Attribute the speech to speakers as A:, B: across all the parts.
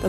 A: the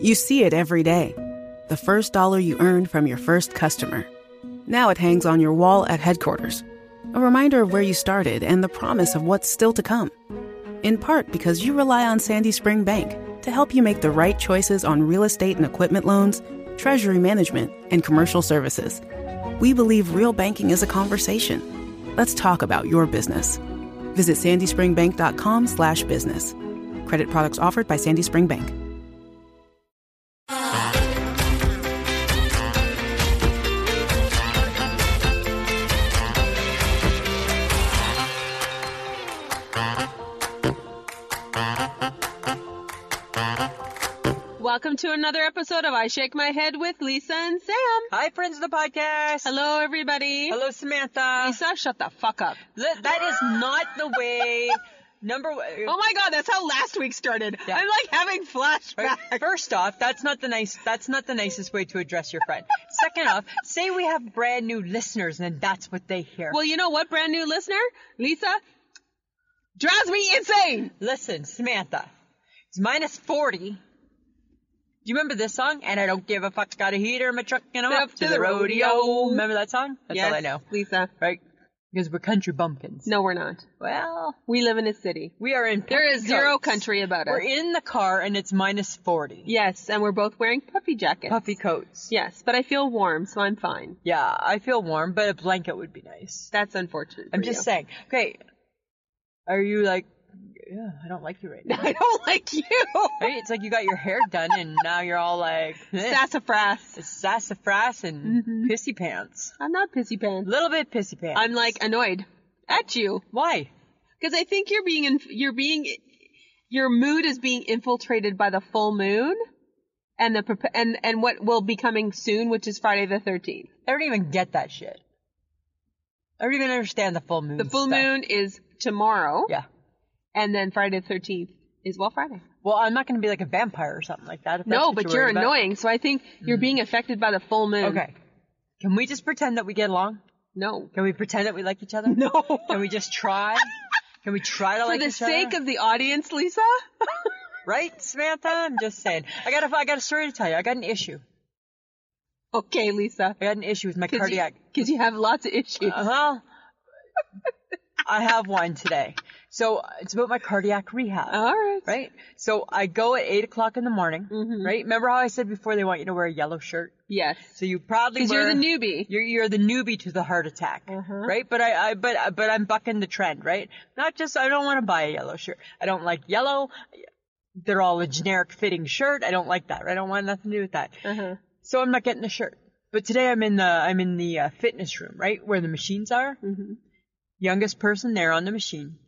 B: You see it every day the first dollar you earned from your first customer. Now it hangs on your wall at headquarters, a reminder of where you started and the promise of what's still to come. In part because you rely on Sandy Spring Bank to help you make the right choices on real estate and equipment loans, treasury management, and commercial services. We believe real banking is a conversation. Let's talk about your business. Visit sandyspringbank.com slash business. Credit products offered by Sandy Spring Bank.
C: Welcome to another episode of I Shake My Head with Lisa and Sam.
D: Hi, friends of the podcast.
C: Hello, everybody.
D: Hello, Samantha.
C: Lisa, shut the fuck up.
D: Li- That is not the way. Number one.
C: Oh my god, that's how last week started.
D: Yeah.
C: I'm like having flashbacks.
D: First off, that's not the nice. That's not the nicest way to address your friend. Second off, say we have brand new listeners, and then that's what they hear.
C: Well, you know what, brand new listener? Lisa drives me insane.
D: listen, Samantha, it's minus forty. Do you remember this song? And I don't give a fuck. Got a heater in my truck and I'm off to the rodeo. Remember that song? That's
C: yes,
D: all I know.
C: Lisa.
D: Right? Because we're country bumpkins.
C: No, we're not.
D: Well,
C: We live in a city.
D: we are in.
C: There is
D: puffy
C: zero
D: coats.
C: country about us.
D: We're in the car and it's minus 40.
C: yes, and we're both wearing puffy jackets.
D: Puffy coats.
C: Yes, but I feel warm, so I'm fine.
D: Yeah, I feel warm, but a blanket would be nice.
C: That's unfortunate.
D: I'm
C: for
D: just
C: you.
D: saying. Okay. Are you like, yeah, I don't like you right now.
C: I don't like you.
D: right? It's like you got your hair done and now you're all like, eh,
C: Sassafras.
D: it's sassafras and pissy pants.
C: I'm not
D: A
C: pissy pants.
D: little bit pissy pants.
C: mm-hmm. I'm like annoyed at you
D: Why?
C: because I think you're being in, you're being your mood is being infiltrated by the full moon and the prep- and and what will be coming soon, which is Friday the 13th.
D: I don't even get that shit. I don't even understand the full moon.
C: The full
D: stuff.
C: moon is tomorrow,
D: Yeah.
C: and then Friday the 13th is well Friday.
D: Well, I'm not going to be like a vampire or something like that. if that's
C: no,
D: what
C: but
D: you're
C: you're
D: worried about. Mm.
C: annoying, so I think you're being affected by the full moon.
D: Okay. Can we just pretend that we get along?
C: No.
D: Can we pretend that we like each other?
C: No.
D: Can we just try? Can we try to
C: For
D: like
C: the
D: each
C: sake
D: other?
C: of the audience, Lisa.
D: right, Samantha? I'm just saying. I got a I got a story to tell you. I got an issue.
C: okay, Lisa.
D: I got an issue with my cardiac.
C: Because you, have lots of issues.
D: Uh huh. I have one today. So uh, it's about my cardiac rehab.
C: All right.
D: Right. So I go at eight o'clock in the morning.
C: Mm-hmm.
D: Right. Remember how I said before they want you to wear a yellow shirt?
C: Yes.
D: So you probably
C: Because
D: were,
C: you're the newbie.
D: You're you're the newbie to the heart attack, right? But I, I but but I'm bucking the trend, right? Not just I don't want to buy a yellow shirt. I don't like yellow. They're all a generic fitting shirt. I don't like that. Right? I don't want nothing to do with that. So I'm not getting a shirt. But today I'm in the I'm in the uh, fitness room, right, where the machines are. Youngest person there on the machine.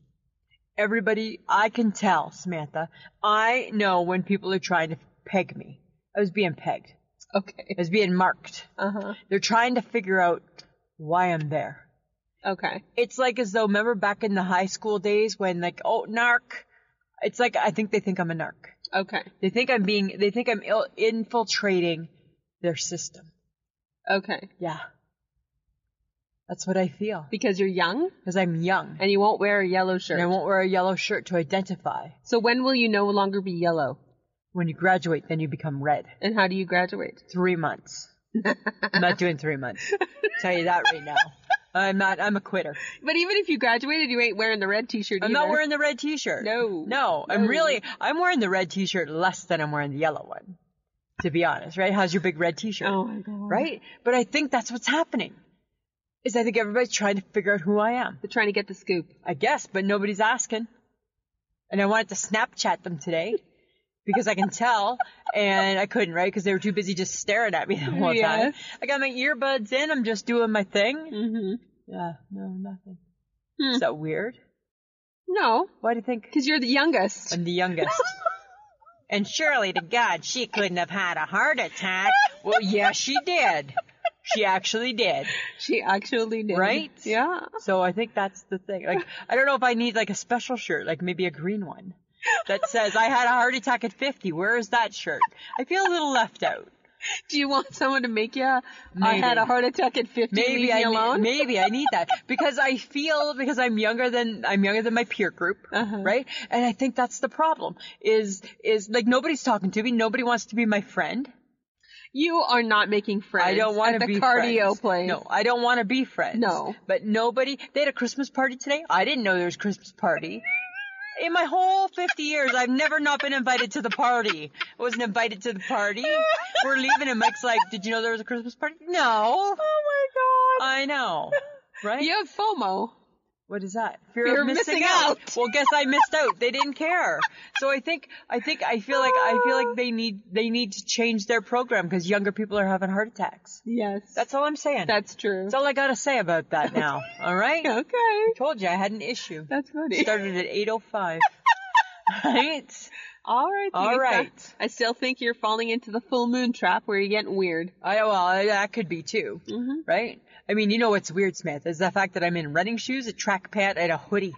D: Everybody, I can tell, Samantha. I know when people are trying to peg me. I was being pegged.
C: Okay.
D: I was being marked.
C: Uh-huh.
D: They're trying to figure out why I'm there.
C: Okay.
D: It's like as though remember back in the high school days when like oh narc. It's like I think they think I'm a narc.
C: Okay.
D: They think I'm being. They think I'm il- infiltrating their system.
C: Okay.
D: Yeah. That's what I feel
C: Because you're young
D: because I'm young
C: and you won't wear a yellow shirt.
D: and I won't wear a yellow shirt to identify.
C: So when will you no longer be yellow?
D: When you graduate, then you become red.
C: And how do you graduate?
D: Three months. I'm not doing three months. Tell you that right now. I'm not. I'm a quitter.
C: But even if you graduated, you ain't wearing the red T-shirt.
D: I'm
C: either.
D: not wearing the red t-shirt.
C: No.
D: No, I'm really I'm wearing the red t-shirt less than I'm wearing the yellow one. to be honest, right? How's your big red t-shirt?
C: Oh my god.
D: Right? But I think that's what's happening. Is I think everybody's trying to figure out who I am.
C: They're trying to get the scoop.
D: I guess, but nobody's asking. And I wanted to Snapchat them today because I can tell, and I couldn't, right? Because they were too busy just staring at me the whole time.
C: Yes.
D: I got my earbuds in. I'm just doing my thing.
C: Mm-hmm.
D: Yeah, no, nothing.
C: Hmm.
D: Is that weird?
C: No,
D: Why do you think?
C: because you're the youngest.
D: I'm the youngest. and surely to God, she couldn't have had a heart attack. Well, yeah, she did. She actually did.
C: She actually did.
D: Right?
C: Yeah.
D: So I think that's the thing. Like, I don't know if I need like a special shirt, like maybe a green one that says I had a heart attack at 50. Where is that shirt? I feel a little left out.
C: Do you want someone to make you? I
D: Maybe.
C: had a heart attack at 50. leave
D: Maybe
C: me
D: I need-
C: alone.
D: maybe I need that because I feel because I'm younger than I'm younger than my peer group,
C: Uh-huh.
D: right? And I think that's the problem is is like nobody's talking to me, nobody wants to be my friend.
C: You are not making friends.
D: I don't want
C: at
D: to
C: the
D: be
C: cardio
D: friends.
C: place.
D: No, I don't want to be friends.
C: No.
D: but nobody. They had a Christmas party today. I didn't know there was Christmas party. In my whole 50 years, I've never not been invited to the party. I wasn't invited to the party. We're leaving, and Mike's like, "Did you know there was a Christmas party?" No.
C: Oh my
D: I know. Right?
C: god. You have FOMO.
D: What is that? Fear
C: Fear
D: of
C: of
D: missing,
C: missing
D: out.
C: out.
D: Well, guess I missed out. They didn't care. So I think I think I feel like I feel like they need they need to change their program because younger people are having heart attacks.
C: Yes.
D: That's all I'm saying.
C: that's true.
D: That's all I gotta say about that now. All right. I
C: okay.
D: told you I had an issue.
C: That's funny.
D: Started at 8:05. right.
C: All right.
D: All
C: Lisa.
D: right.
C: I still think you're falling into the full moon trap where you're getting weird.
D: I well I- that could be too. Right. I mean, you know what's weird, Smith, is the fact that I'm in running shoes, a track pant, and a hoodie.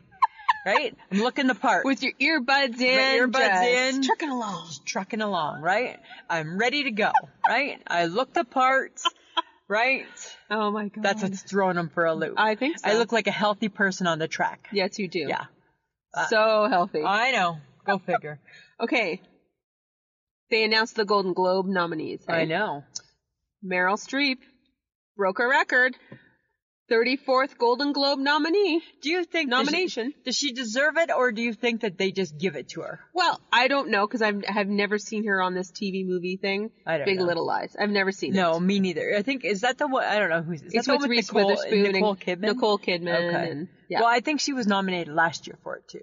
D: Right. I'm looking the part.
C: With your earbuds in.
D: earbuds
C: just
D: in.
C: Trucking along.
D: trucking along, right? I'm ready to go, right? I look the part, right?
C: Oh my god.
D: That's what's throwing them for a loop.
C: I think so.
D: I look like a healthy person on the track.
C: Yes, you do.
D: Yeah. Uh,
C: so healthy.
D: I know. Go figure.
C: okay. They announced the Golden Globe nominees.
D: I
C: right?
D: know.
C: Meryl Streep broke a record. 34th Golden Globe nominee.
D: Do you think does she-
C: Nomination.
D: Does she, deserve it, or do you think that they just give it to her?
C: Well, I don't know because I've have never seen her on this TV movie thing.
D: I don't
C: Big
D: know.
C: Little Lies. I've never seen it.
D: No, me neither. I think is that the one. I don't know who's. Is
C: it's
D: that the
C: with
D: one
C: Reese
D: Nicole,
C: Witherspoon
D: Nicole
C: and
D: Kidman.
C: Nicole Kidman.
D: Okay.
C: And, yeah,
D: Well, I think she was nominated last year for it too.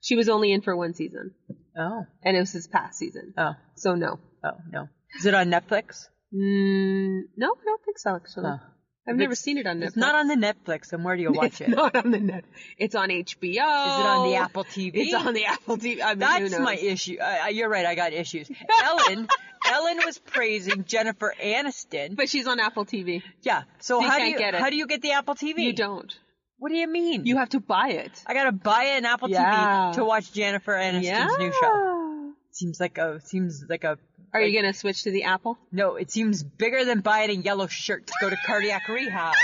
C: she was only in for one season,
D: Oh.
C: and it was his past season.
D: Oh.
C: So no,
D: Oh no. Is it on Netflix?
C: mm, no, I don't think so. Actually,
D: Oh.
C: I've
D: If
C: never
D: it's-
C: seen it on Netflix.
D: It's not on the Netflix. And where do you watch
C: It's
D: it?
C: not on the net. It's on HBO. Is it
D: Is it on the Apple TV?
C: It's on the Apple TV. I mean, who
D: That's
C: knows?
D: my issue. Uh, you're right. I got issues. Ellen, Ellen was praising Jennifer Aniston.
C: But she's on Apple TV.
D: yeah. So
C: you
D: how do
C: can't
D: you
C: get it.
D: how do you get the Apple TV?
C: You don't.
D: What do you mean?
C: You have to buy it.
D: I gotta buy an Apple
C: Yeah.
D: TV to watch Jennifer Aniston's new show. Seems like a seems like a
C: Are you gonna switch to the Apple?
D: no. It seems bigger than buying a yellow shirt to go to cardiac rehab.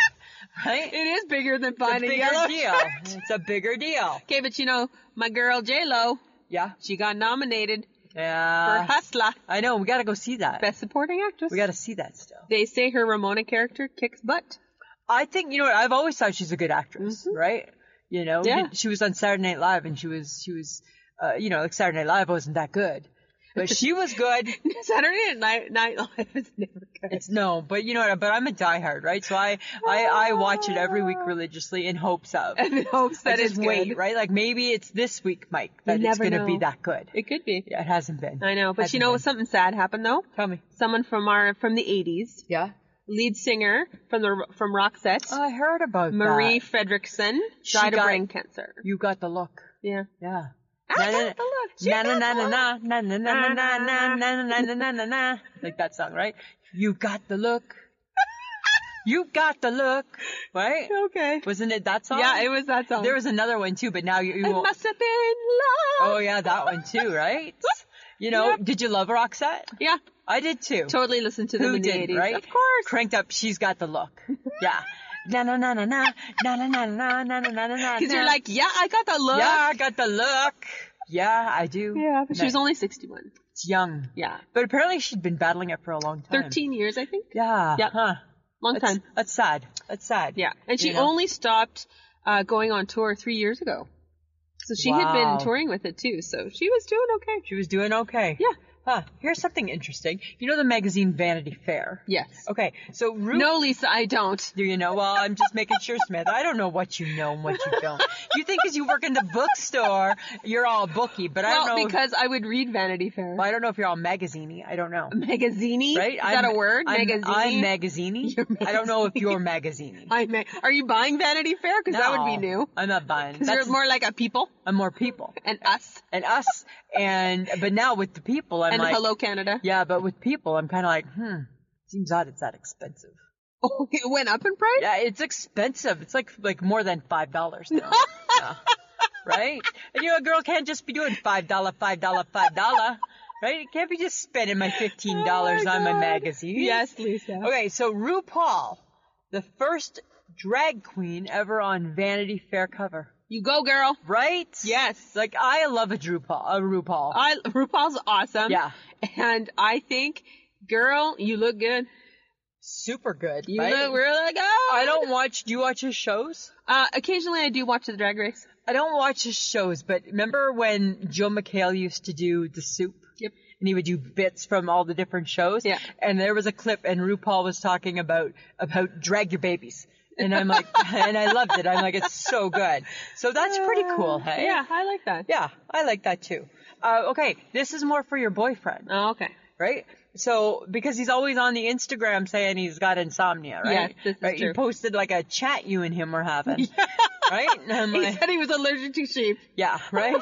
D: Right?
C: It is bigger than
D: It's
C: buying
D: a
C: a
D: bigger
C: yellow
D: deal.
C: shirt.
D: It's a bigger deal.
C: Okay, but you know, my girl J Lo,
D: Yeah.
C: she got nominated for
D: Yeah.
C: Hustler,
D: I know. We gotta go see that.
C: Best Supporting Actress.
D: We gotta see that still.
C: they say her Ramona character kicks butt.
D: I think you know. what, I've always thought she's a good actress, right? You know,
C: Mm-hmm. Yeah.
D: she was on Saturday Night Live, and she was she was, uh, you know, like Saturday Night Live wasn't that good, but she was good.
C: Saturday Night Night Live is never good.
D: It's no, but you know what? But I'm a diehard, right? So I I, I watch it every week religiously in hopes of.
C: in hopes
D: I
C: that
D: just
C: it's
D: wait,
C: good.
D: right? Like maybe it's this week, Mike, that it's
C: never
D: going to be
C: know.
D: that good.
C: It could be.
D: Yeah, it hasn't been.
C: I know, but you
D: Hasn't
C: know
D: been.
C: something sad happened though.
D: Tell me.
C: Someone from our from the 80s,
D: Yeah.
C: lead singer from the from Roxette,
D: Oh, I heard about
C: Marie
D: that.
C: Fredrickson,
D: She
C: died of
D: got-
C: brain cancer.
D: You got the look.
C: Yeah.
D: Yeah. Na-
C: I got the look. She
D: na-
C: got
D: na-
C: the
D: na- na- na- na- na- na- na- na- na- na- na- na. Like that song, right? You got the look. You got the look, right?
C: Okay.
D: Wasn't it that song?
C: Yeah, it was that song.
D: There was another one too, but now you, you
C: It
D: won't.
C: must have been love.
D: Oh yeah, that one too, right? You know,
C: Yep.
D: did you love Roxette?
C: yeah.
D: I did too.
C: Totally listened to them
D: Who
C: in the
D: did,
C: 80s.
D: right?
C: Of course.
D: Cranked up. She's got the look. Yeah. Na na na na na na na na na na na na na.
C: Because you're like, yeah, I got that look.
D: yeah, I got the look. Yeah, I do.
C: Yeah, but she
D: No,
C: was only 61.
D: it's young.
C: Yeah.
D: But apparently she'd been battling it for a long time.
C: 13 years, I think.
D: Yeah.
C: Yeah.
D: Huh.
C: Long
D: That's,
C: time.
D: that's sad. That's sad.
C: Yeah. And she
D: You know?
C: only stopped uh, going on tour three years ago. So she had
D: Wow.
C: been touring with it too. So she was doing okay.
D: She was doing okay.
C: Yeah.
D: Huh, here's something interesting. You know the magazine Vanity Fair?
C: Yes.
D: Okay, so Ru-
C: No, Lisa, I don't.
D: Do you know? Well, I'm just making sure, Smith. I don't know what you know and what you don't. You think because you work in the bookstore, you're all booky, but I
C: Well,
D: don't know.
C: because I would read Vanity Fair.
D: well, I don't know if you're all magaziney. I don't know.
C: Magazzini?
D: Right?
C: Is
D: I'm-
C: that a word?
D: I'm,
C: Magazzini?
D: I'm magaziney. I don't know if you're magaziney.
C: I may. Are you buying Vanity Fair? Because that would be
D: No,
C: new.
D: I'm not buying.
C: Because you're
D: That's,
C: more like a people
D: I'm more people
C: and us
D: and us and but now with the people, I'm
C: and
D: like,
C: Hello Canada.
D: yeah, but with people, I'm kind of like, hmm, seems odd. It's that expensive.
C: Oh, it went up in price.
D: Yeah, it's expensive. It's like like more than five dollars now. Yeah. Right? And you know a girl can't just be doing five dollar, five dollar, five dollar. Right? It can't be just spending my fifteen dollars on my
C: Oh God.
D: magazine.
C: Yes, Lisa.
D: Okay, so RuPaul, the first drag queen ever on Vanity Fair cover.
C: You go, girl.
D: Right?
C: Yes.
D: Like I love a RuPaul a RuPaul.
C: I RuPaul's awesome.
D: Yeah.
C: And I think, girl, you look good.
D: Super good.
C: You
D: right?
C: look really good.
D: I don't watch do you watch his shows?
C: Uh, occasionally, I do watch the Drag Race.
D: I don't watch his shows, but remember when Joe McHale used to do the soup?
C: Yep.
D: And he would do bits from all the different shows.
C: Yeah.
D: And there was a clip and RuPaul was talking about about drag your babies. And I'm like and I loved it. I'm like, it's so good. So that's pretty cool, hey?
C: Uh, Yeah, I like that.
D: Yeah, I like that too. Uh, okay, this is more for your boyfriend,
C: Oh, okay.
D: right? So because he's always on the Instagram saying he's got insomnia, right?
C: Yes, this is
D: right?
C: true.
D: He posted like a chat you and him were having, right? And I'm
C: He
D: like-
C: said he was allergic to sheep.
D: yeah, right?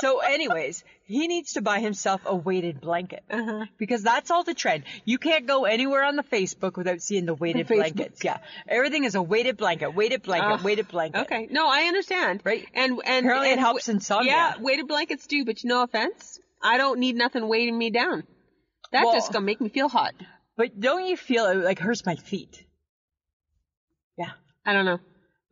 D: so, anyways, he needs to buy himself a weighted blanket
C: Uh-huh.
D: because that's all the trend. You can't go anywhere on the Facebook without seeing the weighted
C: Facebook.
D: blankets. Yeah, everything is a weighted blanket, weighted blanket,
C: Ah,
D: weighted blanket.
C: Okay. No, I understand.
D: Right.
C: And and
D: Apparently, it
C: and
D: helps insomnia.
C: Yeah, weighted blankets do, but you know, offense, I don't need nothing weighting me down. That
D: Well-
C: just gonna make me feel hot.
D: But don't you feel it like hurts my feet? Yeah.
C: I don't know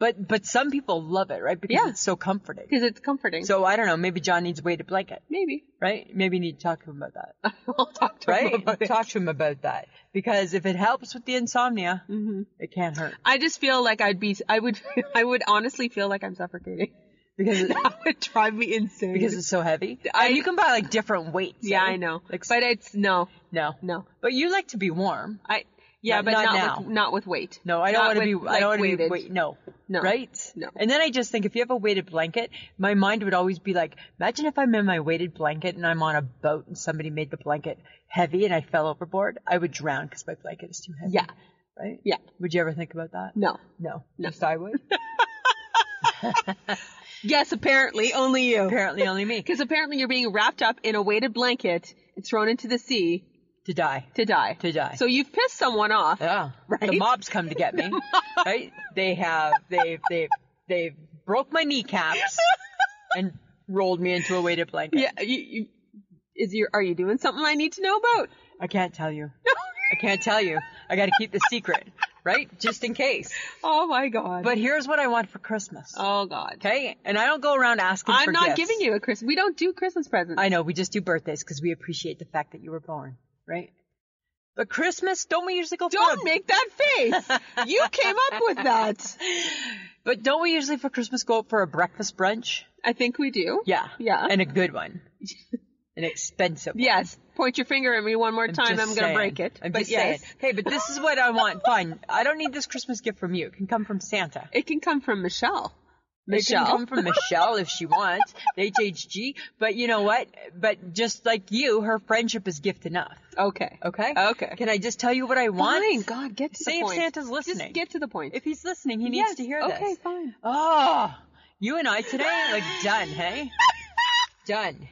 D: But but some people love it, right? Because
C: Yeah.
D: it's so comforting.
C: because it's comforting.
D: So I don't know. Maybe John needs a weighted blanket,
C: maybe
D: right? Maybe you need to talk to him about that.
C: I'll talk to
D: right?
C: him about it.
D: Talk to him about that because if it helps with the insomnia,
C: Mm-hmm.
D: it can't hurt
C: I just feel like I'd be, I would, I would honestly feel like I'm suffocating.
D: because it,
C: That would drive me insane.
D: because it's so heavy.
C: I-
D: and you can buy like different weights.
C: yeah,
D: eh?
C: I know.
D: Like
C: but it's no,
D: no,
C: no.
D: But you like to be warm.
C: I yeah,
D: Not-
C: but
D: not
C: not,
D: now.
C: with not with weight.
D: No, I don't
C: Not
D: want to
C: with,
D: be.
C: like,
D: I don't want to be.
C: weighted.
D: Wait, no.
C: No.
D: Right?
C: No.
D: And then I just think if you have a weighted blanket, my mind would always be like, imagine if I'm in my weighted blanket and I'm on a boat and somebody made the blanket heavy and I fell overboard. I would drown because my blanket is too heavy.
C: Yeah.
D: Right?
C: Yeah.
D: Would you ever think about that?
C: No.
D: No. Yes, I would.
C: Yes, apparently only you.
D: Apparently, only me.
C: Because apparently you're being wrapped up in a weighted blanket and thrown into the sea
D: To die.
C: to die.
D: To die.
C: So you've pissed someone off.
D: Yeah.
C: Right?
D: The mobs come to get me. right? They have they've they've they've broke my kneecaps and rolled me into a weighted blanket.
C: Yeah. You, you, is your are you doing something I need to know about?
D: I can't tell you. I can't tell you. I gotta keep the secret, right? Just in case.
C: Oh my god.
D: But here's what I want for Christmas.
C: oh god.
D: Okay? And I don't go around asking
C: I'm
D: for
C: not
D: gifts.
C: giving you a Christmas. We don't do Christmas presents.
D: I know, we just do birthdays because we appreciate the fact that you were born, right? But Christmas, don't we usually go for a
C: don't make that face. you came up with that.
D: But don't we usually for Christmas go out for a breakfast brunch?
C: I think we do.
D: Yeah.
C: Yeah.
D: And a good one. An expensive one.
C: Yes. Point your finger at me one more time.
D: Just
C: I'm going to
D: saying.
C: break it.
D: I'm
C: but
D: just
C: yes,
D: saying. Hey, but this is what I want. Fine. I don't need this Christmas gift from you. It can come from Santa.
C: it can come from Michelle.
D: It can
C: Michelle.
D: come from Michelle if she wants. The HHG. But you know what? But just like you, her friendship is gift enough.
C: Okay.
D: Okay?
C: Okay.
D: Can I just tell you what I want?
C: Fine. God, get to
D: See
C: the
D: if
C: point.
D: Santa's listening.
C: Just get to the point.
D: If he's listening, he
C: Yes,
D: needs to hear this.
C: okay, fine.
D: Oh, you and I today, like, done, hey? done.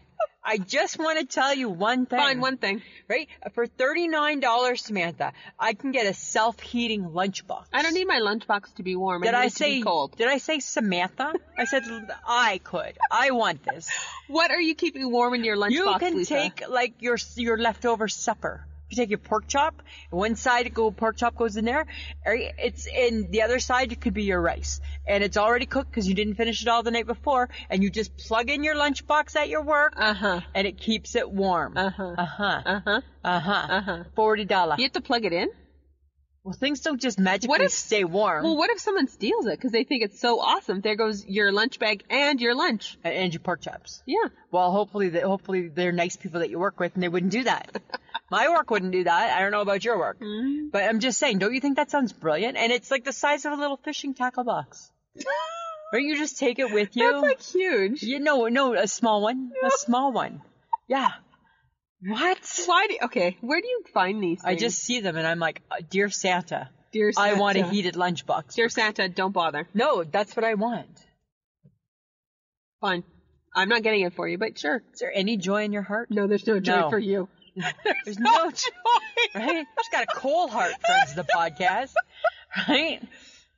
D: I just want to tell you one thing.
C: Fine, one thing.
D: Right? Uh, For $39, Samantha, I can get a self-heating lunchbox.
C: I don't need my lunchbox to be warm.
D: Did
C: I, need
D: I
C: it to
D: say
C: be cold?
D: Did I say Samantha? I said I could. I want this.
C: What are you keeping warm in your lunchbox,
D: you can
C: Lisa?
D: take like your your leftover supper. You take your pork chop. One side go pork chop goes in there. or It's in the other side. It could be your rice, and it's already cooked because you didn't finish it all the night before. And you just plug in your lunchbox at your work,
C: Uh-huh.
D: and it keeps
C: Uh-huh.
D: it warm. Uh huh. Uh huh. Uh huh. Uh huh. Forty dollar.
C: You have to plug it in?
D: Well, things don't just magically
C: What if-
D: stay warm.
C: Well, what if someone steals it because they think it's so awesome? There goes your lunch bag and your lunch.
D: and, and your pork chops.
C: Yeah.
D: Well, hopefully, that hopefully they're nice people that you work with, and they wouldn't do that. My work wouldn't do that. I don't know about your work,
C: Mm-hmm.
D: but I'm just saying. Don't you think that sounds brilliant? And it's like the size of a little fishing tackle box. Right? You just take it with you.
C: That's like huge.
D: you no, no, a small one, a small one. Yeah. What?
C: Why? Do, okay, where do you find these?
D: I
C: things?
D: just see them, and I'm like, uh, dear Santa,
C: dear
D: I want a
C: Santa.
D: heated lunchbox.
C: Dear Santa, don't bother.
D: no, that's what I want.
C: Fine, I'm not getting it for you, but sure.
D: Is there any joy in your heart?
C: No, there's no joy
D: No.
C: for you.
D: There's no joy.
C: joy.
D: Right? She's got a cold heart, friends of the podcast. Right?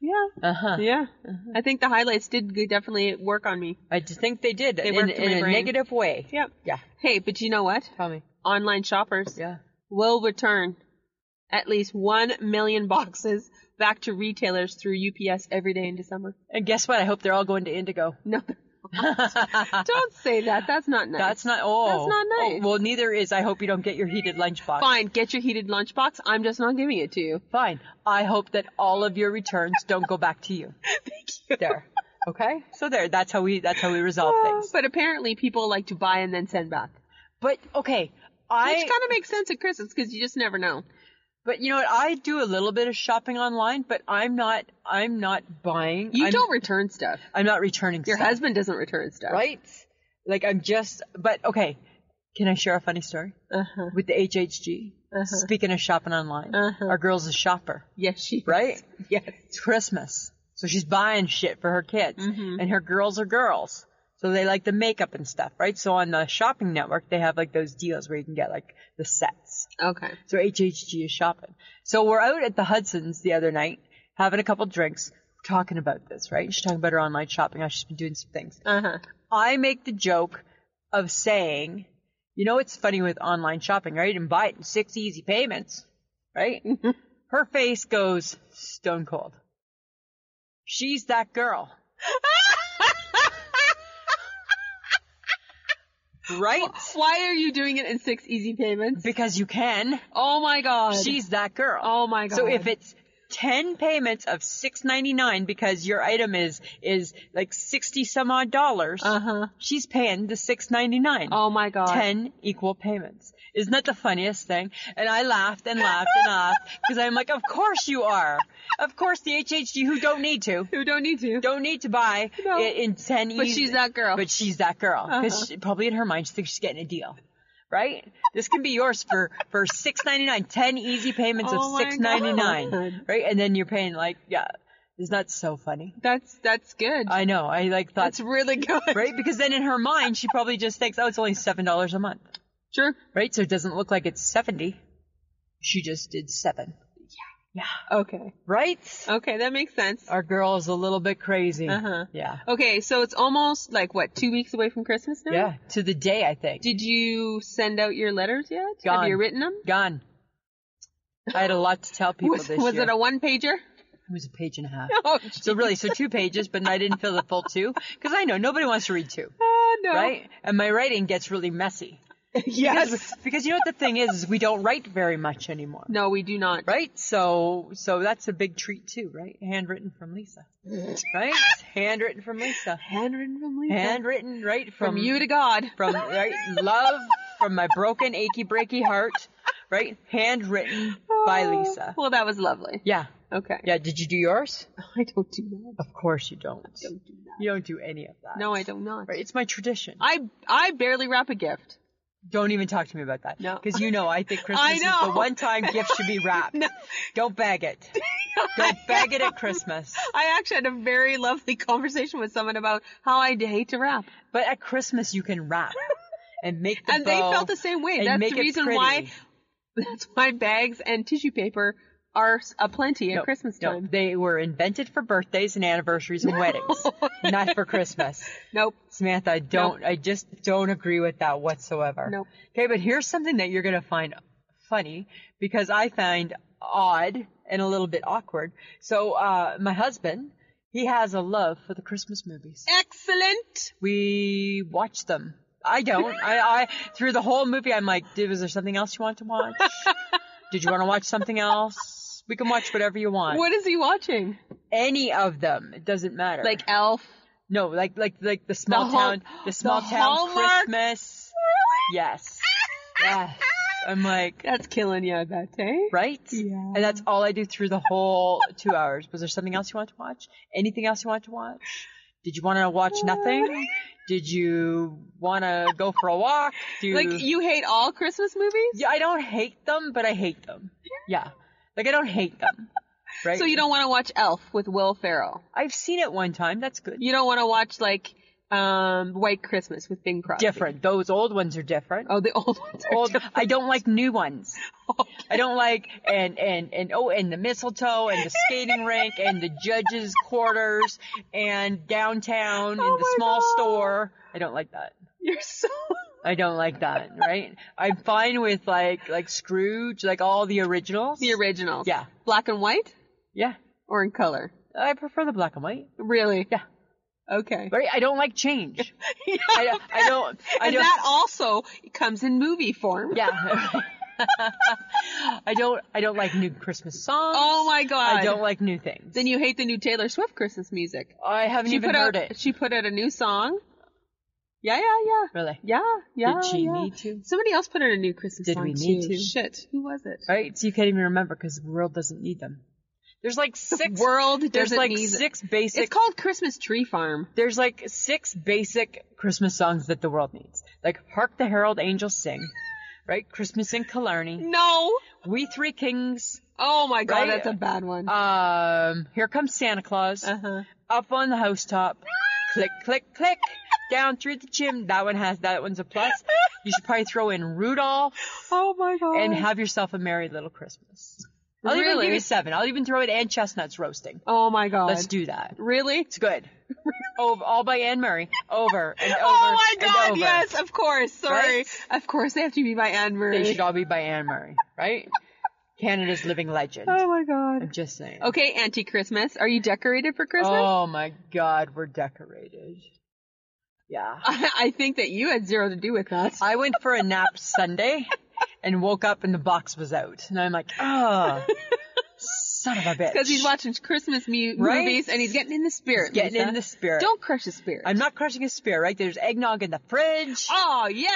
C: Yeah.
D: Uh huh.
C: Yeah. I think the highlights did g- definitely work on me.
D: I just think they did
C: They
D: in,
C: worked in
D: in
C: my
D: a
C: brain.
D: negative way.
C: Yep.
D: Yeah.
C: Hey, but you know what?
D: Tell me.
C: Online shoppers
D: Yeah.
C: will return at least 1 million boxes back to retailers through UPS every day in December.
D: And guess what? I hope they're all going to Indigo.
C: No. Don't say that. That's not nice.
D: That's not. Oh,
C: That's not
D: Oh,
C: nice.
D: well, neither is. I hope you don't get your heated lunchbox.
C: fine. Get your heated lunchbox. I'm just not giving it to you.
D: Fine. I hope that all of your returns don't go back to you.
C: Thank you. Ah.
D: There. Okay. So there. That's how we. That's how we resolve things.
C: But apparently people like to buy and then send back.
D: But okay. I.
C: Which kind of makes sense at Christmas because you just never know.
D: But you know what? I do a little bit of shopping online, but I'm not. I'm not buying.
C: You
D: I'm,
C: don't return stuff.
D: I'm not returning.
C: Your
D: stuff,
C: husband doesn't return stuff.
D: right? Like I'm just. But okay. Can I share a funny story
C: Uh-huh.
D: with the HHG? Speaking of shopping online,
C: Uh-huh.
D: our girl's a shopper,
C: Yes, she is.
D: right?
C: Yes.
D: It's Christmas, so she's buying shit for her kids,
C: Mm-hmm.
D: and her girls are girls. So they like the makeup and stuff, right? So on the shopping network, they have like those deals where you can get like the sets.
C: Okay.
D: So HHG is shopping. So we're out at the Hudson's the other night, having a couple drinks, talking about this, right? She's talking about her online shopping, how she's been doing some things.
C: Uh huh.
D: I make the joke of saying, you know, it's funny with online shopping, right? And buy it in six easy payments, right? her face goes stone cold. She's that girl. right?
C: Why are you doing it in six easy payments?
D: Because you can.
C: Oh my god.
D: She's that girl.
C: Oh my
D: So
C: God.
D: if it's ten payments of six ninety nine because your item is is like sixty some odd dollars,
C: Uh huh.
D: she's paying the six ninety nine.
C: Oh my god.
D: Ten equal payments. Isn't that the funniest thing? And I laughed and laughed and laughed because I'm like, of course you are. Of course the HHG who don't need to,
C: Who don't need to?
D: don't need to buy
C: No.
D: it in ten.
C: But
D: easy-
C: she's that girl. Uh-huh.
D: But she's that girl because probably in her mind she thinks she's getting a deal, right? This can be yours for for six ninety nine, ten easy payments
C: Oh
D: of
C: my
D: six ninety
C: God.
D: nine, right? And then you're paying like yeah, isn't that so funny?
C: that's that's good.
D: I know. I like thought
C: that's really good.
D: right because then in her mind she probably just thinks oh it's only seven dollars a month.
C: Sure.
D: Right? So it doesn't look like it's 70. She just did seven. Yeah. Yeah.
C: Okay.
D: Right?
C: Okay, that makes sense.
D: Um, Our girl is a little bit crazy.
C: Uh-huh.
D: Yeah.
C: Okay, so it's almost like what two weeks away from Christmas now.
D: Yeah. To the day, I think.
C: Did you send out your letters yet?
D: Gone.
C: Have you written them?
D: Gone. I had a lot to tell people
C: was
D: this
C: was
D: year.
C: it a one pager?
D: it was a page and a half.
C: Oh,
D: So really, so two pages, but I didn't fill the full two because I know nobody wants to read two,
C: oh, no.
D: right? And my writing gets really messy
C: yes.
D: because you know what the thing is, is we don't write very much anymore,
C: No, we do not.
D: right? So so that's a big treat too, right? Handwritten from Lisa, right? Handwritten from Lisa.
C: Handwritten from Lisa.
D: handwritten right
C: from, you to God.
D: from right love from my broken achy breaky heart right handwritten by
C: Oh.
D: lisa
C: Well, that was lovely.
D: yeah
C: Okay.
D: yeah did you do yours
C: I don't do that.
D: of course you don't,
C: I don't do that.
D: you don't do any of that
C: No, I don't not.
D: right it's my tradition
C: I I barely wrap a gift.
D: don't even talk to me about that
C: No.
D: because you know i think christmas
C: I
D: is
C: know.
D: the one time gift should be wrapped don't bag it don't bag it at christmas
C: I actually had a very lovely conversation with someone about how I hate to wrap,
D: but at christmas you can wrap and make the
C: and they
D: bow
C: felt the same way.
D: and
C: That's
D: make
C: the
D: it
C: reason
D: pretty.
C: why. That's why bags and tissue paper are s- aplenty at
D: No,
C: Christmas
D: no,
C: time.
D: they were invented for birthdays and anniversaries and weddings, not for Christmas.
C: Nope.
D: Samantha, I don't, I just don't agree with that whatsoever.
C: Nope.
D: Okay, but here's something that you're going to find funny because I find odd and a little bit awkward. So, uh, my husband, he has a love for the Christmas movies.
C: Excellent.
D: We watch them. I don't. I, I through the whole movie, I'm like, "Did- was there something else you want to watch? Did you want to watch something else? We can watch whatever you want.
C: What is he watching?
D: Any of them. It doesn't matter.
C: Like Elf.
D: no, like like like the small
C: The hall-
D: town the small
C: the
D: town
C: Hallmark-
D: Christmas. Yes. Yes. I'm like
C: That's killing you, I bet, eh?
D: right?
C: Yeah.
D: And that's all I do through the whole two hours. Was there something else you want to watch? Anything else you want to watch? Did you want to watch nothing? Did you want to go for a walk? Do
C: Like you hate all Christmas movies,
D: Yeah, I don't hate them, but I hate them. Yeah, like I don't hate them. Right.
C: so you don't want to watch Elf with Will Ferrell.
D: I've seen it one time. That's good.
C: You don't want to watch like um White Christmas with Bing Crosby.
D: Different. Those old ones are different.
C: Oh, the old ones. Are
D: old.
C: different.
D: I don't like new ones. I don't like and and and oh and the mistletoe and the skating rink and the judges quarters and downtown
C: Oh
D: and the
C: my
D: small
C: God.
D: store. I don't like that.
C: You're so.
D: I don't like that, right? I'm fine with like like Scrooge, like all the originals.
C: The originals.
D: Yeah.
C: Black and white
D: Yeah.
C: or in color.
D: I prefer the black and white.
C: Really?
D: Yeah.
C: Okay.
D: Right? I don't like change. I, don't- I don't I
C: and
D: don't
C: that also comes in movie form.
D: Yeah. I don't I don't like new Christmas songs.
C: Oh my god.
D: I don't like new things.
C: Then you hate the new Taylor Swift Christmas music.
D: I haven't
C: She
D: even
C: put out.
D: heard it.
C: She put out a new song. Yeah, yeah, yeah.
D: Really?
C: Yeah, yeah.
D: Did she
C: yeah.
D: need to?
C: Somebody else put out a new Christmas
D: Did
C: song
D: we need
C: too.
D: to?
C: Shit, who was it?
D: Right? So you can't even remember because the world doesn't need them. There's like six.
C: world
D: there's
C: doesn't
D: like
C: need them.
D: six basic.
C: It's called Christmas Tree Farm.
D: there's like six basic Christmas songs that the world needs. Like "Hark the Herald Angels Sing," right? "Christmas in Killarney,"
C: No.
D: "We Three Kings,"
C: Oh my god,
D: Right?
C: that's a bad one.
D: um, "Here Comes Santa Claus,"
C: Uh-huh.
D: "Up on the Housetop," "Click Click Click," "Down Through the Chimney." That one has that one's a plus. You should probably throw in Rudolph
C: oh my god.
D: and have yourself a merry little Christmas. I'll even
C: Really?
D: give you seven. I'll even throw it and chestnuts roasting.
C: oh my god.
D: Let's do that.
C: Really?
D: It's good. Over, all by Anne Murray. Over and over.
C: oh my
D: and
C: god,
D: over.
C: yes, of course. Sorry.
D: Right?
C: Of course they have to be by Anne Murray.
D: They should all be by Anne Murray, right? Canada's living legend.
C: oh my god.
D: I'm just saying.
C: Okay, anti Christmas. Are you decorated for Christmas?
D: Oh my god, we're decorated. Yeah.
C: I, I think that you had zero to do with that.
D: I went for a nap Sunday and woke up and the box was out. And I'm like, oh, son of a bitch.
C: Because he's watching Christmas mu-
D: Right?
C: movies and he's getting in the spirit.
D: Getting
C: Lisa.
D: in the spirit.
C: Don't crush the spirit.
D: I'm not crushing a spear, right? There's eggnog in the fridge.
C: Oh yeah.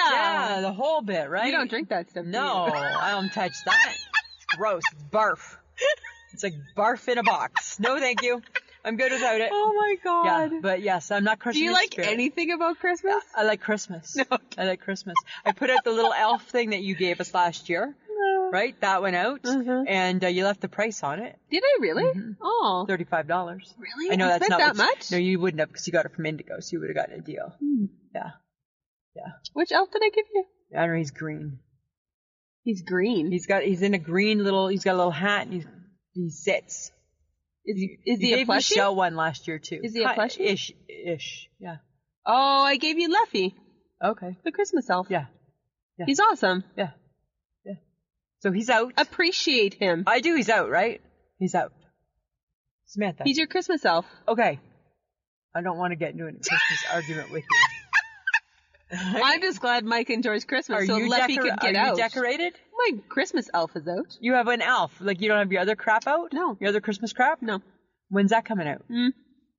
D: Yeah, the whole bit, right?
C: You don't drink that stuff. do
D: No,
C: you?
D: I don't touch that. It's gross. It's barf. It's like barf in a box. No, thank you. I'm good without it.
C: Oh my
D: Yeah,
C: god.
D: but yes, I'm not
C: do
D: crushing.
C: you
D: the
C: like
D: spirit.
C: anything about Christmas?
D: I like Christmas.
C: No.
D: I like Christmas. I put out the little elf thing that you gave us last year, right? That went out,
C: Mhm.
D: and uh, you left the price on it,
C: Did I really?
D: Mm-hmm.
C: Oh.
D: thirty-five dollars.
C: Really?
D: I know
C: You
D: that's
C: spent
D: not
C: that
D: what you-
C: much? Hmm.
D: No, you wouldn't have because you got it from Indigo, so you would have gotten a deal. Yeah,
C: Which elf did I give you?
D: I don't know. He's green.
C: He's green.
D: He's got he's in a green little he's got a little hat and he's, he sits.
C: is he, is
D: you
C: he a
D: gave
C: plushie?
D: Michelle one last year too.
C: Is he a
D: Ki-
C: plushie?
D: Ish, ish. Yeah.
C: Oh, I gave you Leffy,
D: Okay.
C: the Christmas elf.
D: Yeah. yeah.
C: He's awesome.
D: Yeah. Yeah. So he's out.
C: Appreciate him.
D: I do. He's out, right? He's out. Samantha.
C: He's your Christmas elf.
D: okay. I don't want to get into a Christmas argument with you.
C: I'm just glad Mike enjoys Christmas,
D: Are
C: so
D: you
C: Leffy
D: decora-
C: could get
D: are
C: out.
D: you decorated?
C: My Christmas elf is out.
D: You have an elf. Like you don't have your other crap out?
C: No.
D: Your other Christmas crap?
C: No.
D: When's that coming out?
C: Mm.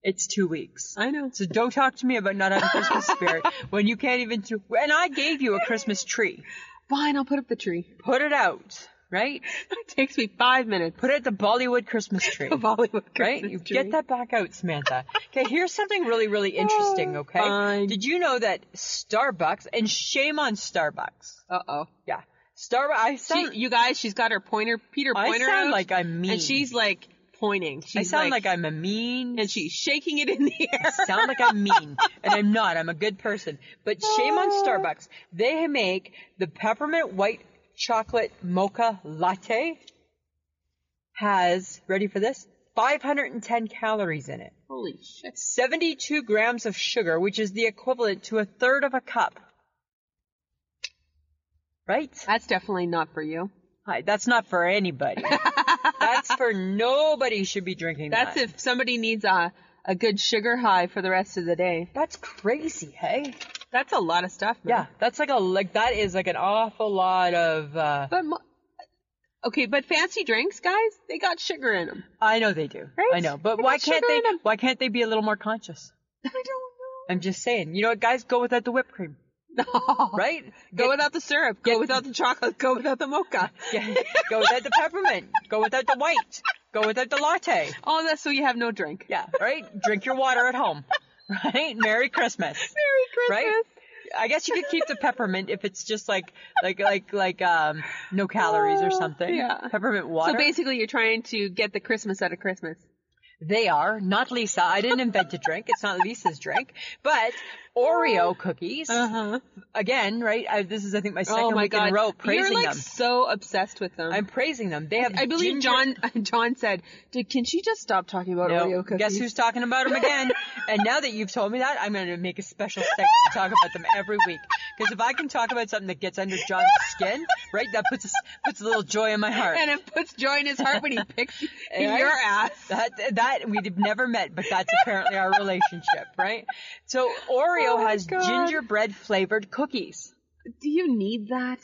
D: It's two weeks.
C: I know.
D: So don't talk to me about not having Christmas spirit when you can't even do. And I gave you a Christmas tree.
C: Fine, I'll put up the tree.
D: Put it out, right?
C: It takes me five minutes.
D: Put out the Bollywood Christmas tree,
C: A Bollywood
D: right?
C: Christmas
D: You
C: tree. Oh,
D: get that back out, Samantha. Okay, here's something really, really interesting. Okay,
C: Fine.
D: did you know that Starbucks and shame on Starbucks?
C: Uh oh.
D: Yeah, Starbucks. I
C: She,
D: sound,
C: you guys, she's got her pointer, Peter
D: I
C: pointer
D: sound
C: out,
D: like I'm mean.
C: and she's like pointing. She's
D: I sound like, I'm a mean.
C: and she's shaking it in the air.
D: I sound like I'm mean, and I'm not. I'm a good person. But shame on Starbucks. They make the peppermint white chocolate mocha latte has ready for this 510 calories in it,
C: Holy shit!
D: 72 grams of sugar, which is the equivalent to a third of a cup. Right?
C: That's definitely not for you.
D: Hi, that's not for anybody. that's for nobody should be drinking
C: That's
D: that.
C: if somebody needs a a good sugar high for the rest of the day.
D: That's crazy, hey?
C: That's a lot of stuff. Man.
D: Yeah, that's like a like that is like an awful lot of uh
C: but mo- Okay, but fancy drinks, guys, they got sugar in them.
D: I know they do.
C: Right?
D: I know, but
C: They
D: why
C: got
D: can't
C: sugar
D: they?
C: in 'em.
D: Why can't they be a little more conscious?
C: I don't
D: I'm just saying. You know what, guys, go without the whipped cream,
C: know.
D: right?
C: Go
D: Get-
C: without the syrup. Go without the chocolate. Go without the mocha.
D: Yeah. go without the peppermint. Go without the white. Go without the latte.
C: All that so you have no drink.
D: Yeah, right? Drink your water at home. Right? Merry Christmas.
C: Merry Christmas.
D: Right? I guess you could keep the peppermint if it's just like like like like um no calories or
C: Oh,
D: something.
C: yeah.
D: Peppermint water.
C: So basically, you're trying to get the Christmas out of Christmas.
D: they are not Lisa. I didn't invent a drink. It's not Lisa's drink, but Oreo cookies.
C: huh.
D: Again, right? I, this is I think my second
C: Oh. Uh-huh. Oh my
D: week
C: god.
D: in a row praising
C: you're like
D: them.
C: so obsessed with them.
D: I'm praising them. They have
C: I believe
D: ginger-
C: John. John said, "Dude, "Can she just stop talking about
D: No,
C: Oreo cookies?"
D: guess who's talking about them again? and now that you've told me that, I'm going to make a special segment to talk about them every week. Because if I can talk about something that gets under John's skin, right, that puts a, s- puts a little joy in my heart.
C: And it puts joy in his heart when he picks
D: Right?
C: your ass.
D: That that we've never met, but that's apparently our relationship, right? So Oreo
C: Oh my
D: has
C: God.
D: gingerbread flavored cookies.
C: Do you need that?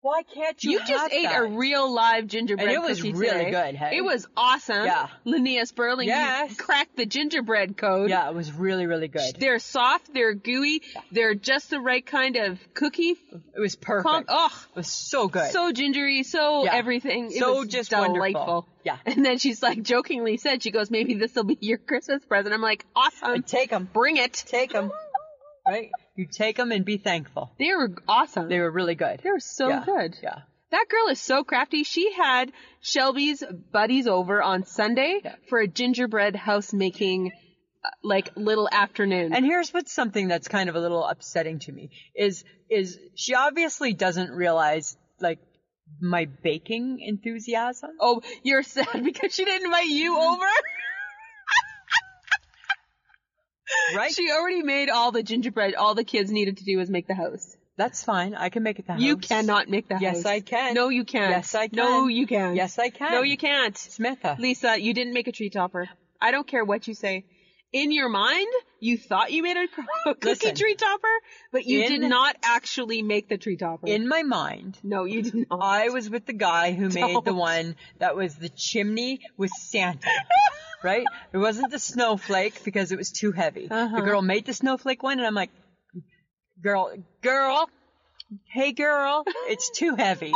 D: Why can't you?
C: You just
D: have
C: ate
D: that?
C: a real live gingerbread
D: And it was
C: cookie
D: really
C: today.
D: good, hey?
C: It was awesome.
D: Yeah.
C: Linnea Sperling, you
D: Yes.
C: cracked the gingerbread code.
D: Yeah, it was really really good.
C: They're soft, they're gooey, they're just the right kind of cookie.
D: It was
C: Com-
D: perfect.
C: oh,
D: It was so good.
C: so gingery, so
D: Yeah.
C: everything. It
D: So
C: was
D: just
C: delightful.
D: wonderful. Yeah.
C: And then she's like jokingly said, she goes, maybe this will be your Christmas present. I'm like, awesome.
D: take them,
C: Bring it.
D: take them, right? You take them and be thankful.
C: They were awesome.
D: They were really good.
C: They were so
D: yeah.
C: good.
D: Yeah.
C: That girl is so crafty. She had Shelby's buddies over on Sunday
D: Yeah.
C: for a gingerbread house making uh, like little afternoon.
D: And here's what's something that's kind of a little upsetting to me is is she obviously doesn't realize like my baking enthusiasm.
C: oh, you're sad because she didn't invite you over.
D: Right?
C: she already made all the gingerbread. All the kids needed to do was make the house.
D: that's fine. I can make it the house.
C: You cannot make the house.
D: Yes, I can.
C: No, you can't.
D: Yes, I
C: No,
D: can.
C: you can't.
D: Yes, I can.
C: No, you can't.
D: Smitha.
C: Lisa, you didn't make a tree topper. I don't care what you say. In your mind, you thought you made a cr- cookie
D: Listen.
C: tree topper, but you
D: In-
C: did not actually make the tree topper.
D: In my mind,
C: no, you did not.
D: I was with the guy who made the
C: Don't.
D: one that was the chimney with Santa. right? It wasn't the snowflake because it was too heavy.
C: Uh-huh.
D: The girl made the snowflake one, and I'm like, girl, girl, hey girl, it's too heavy.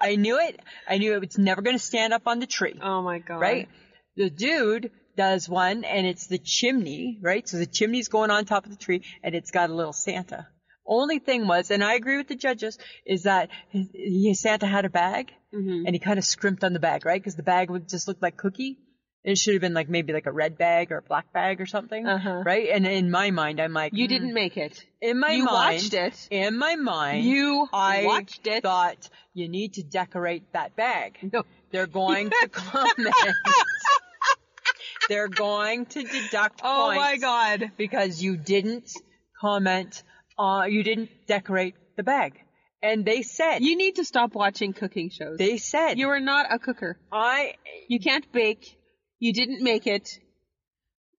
D: I knew it. I knew it was never going to stand up on the tree.
C: oh my god.
D: Right? The dude does one, and it's the chimney, right? So the chimney's going on top of the tree, and it's got a little Santa. Only thing was, and I agree with the judges, is that his, his Santa had a bag,
C: Mm-hmm.
D: and he kind of scrimped on the bag, right? Because the bag would just look like cookie. It should have been like maybe like a red bag or a black bag or something,
C: Uh-huh.
D: right? And in my mind, I'm like,
C: You didn't make it.
D: in my
C: you
D: mind,
C: watched it.
D: In my mind,
C: You
D: I
C: watched it.
D: Thought you need to decorate that bag.
C: No.
D: They're going to comment. They're going to deduct
C: Oh
D: points
C: my god.
D: because you didn't comment. Uh, you didn't decorate the bag, and they said
C: You need to stop watching cooking shows.
D: they said
C: you are not a cooker.
D: I.
C: You can't bake. You didn't make it.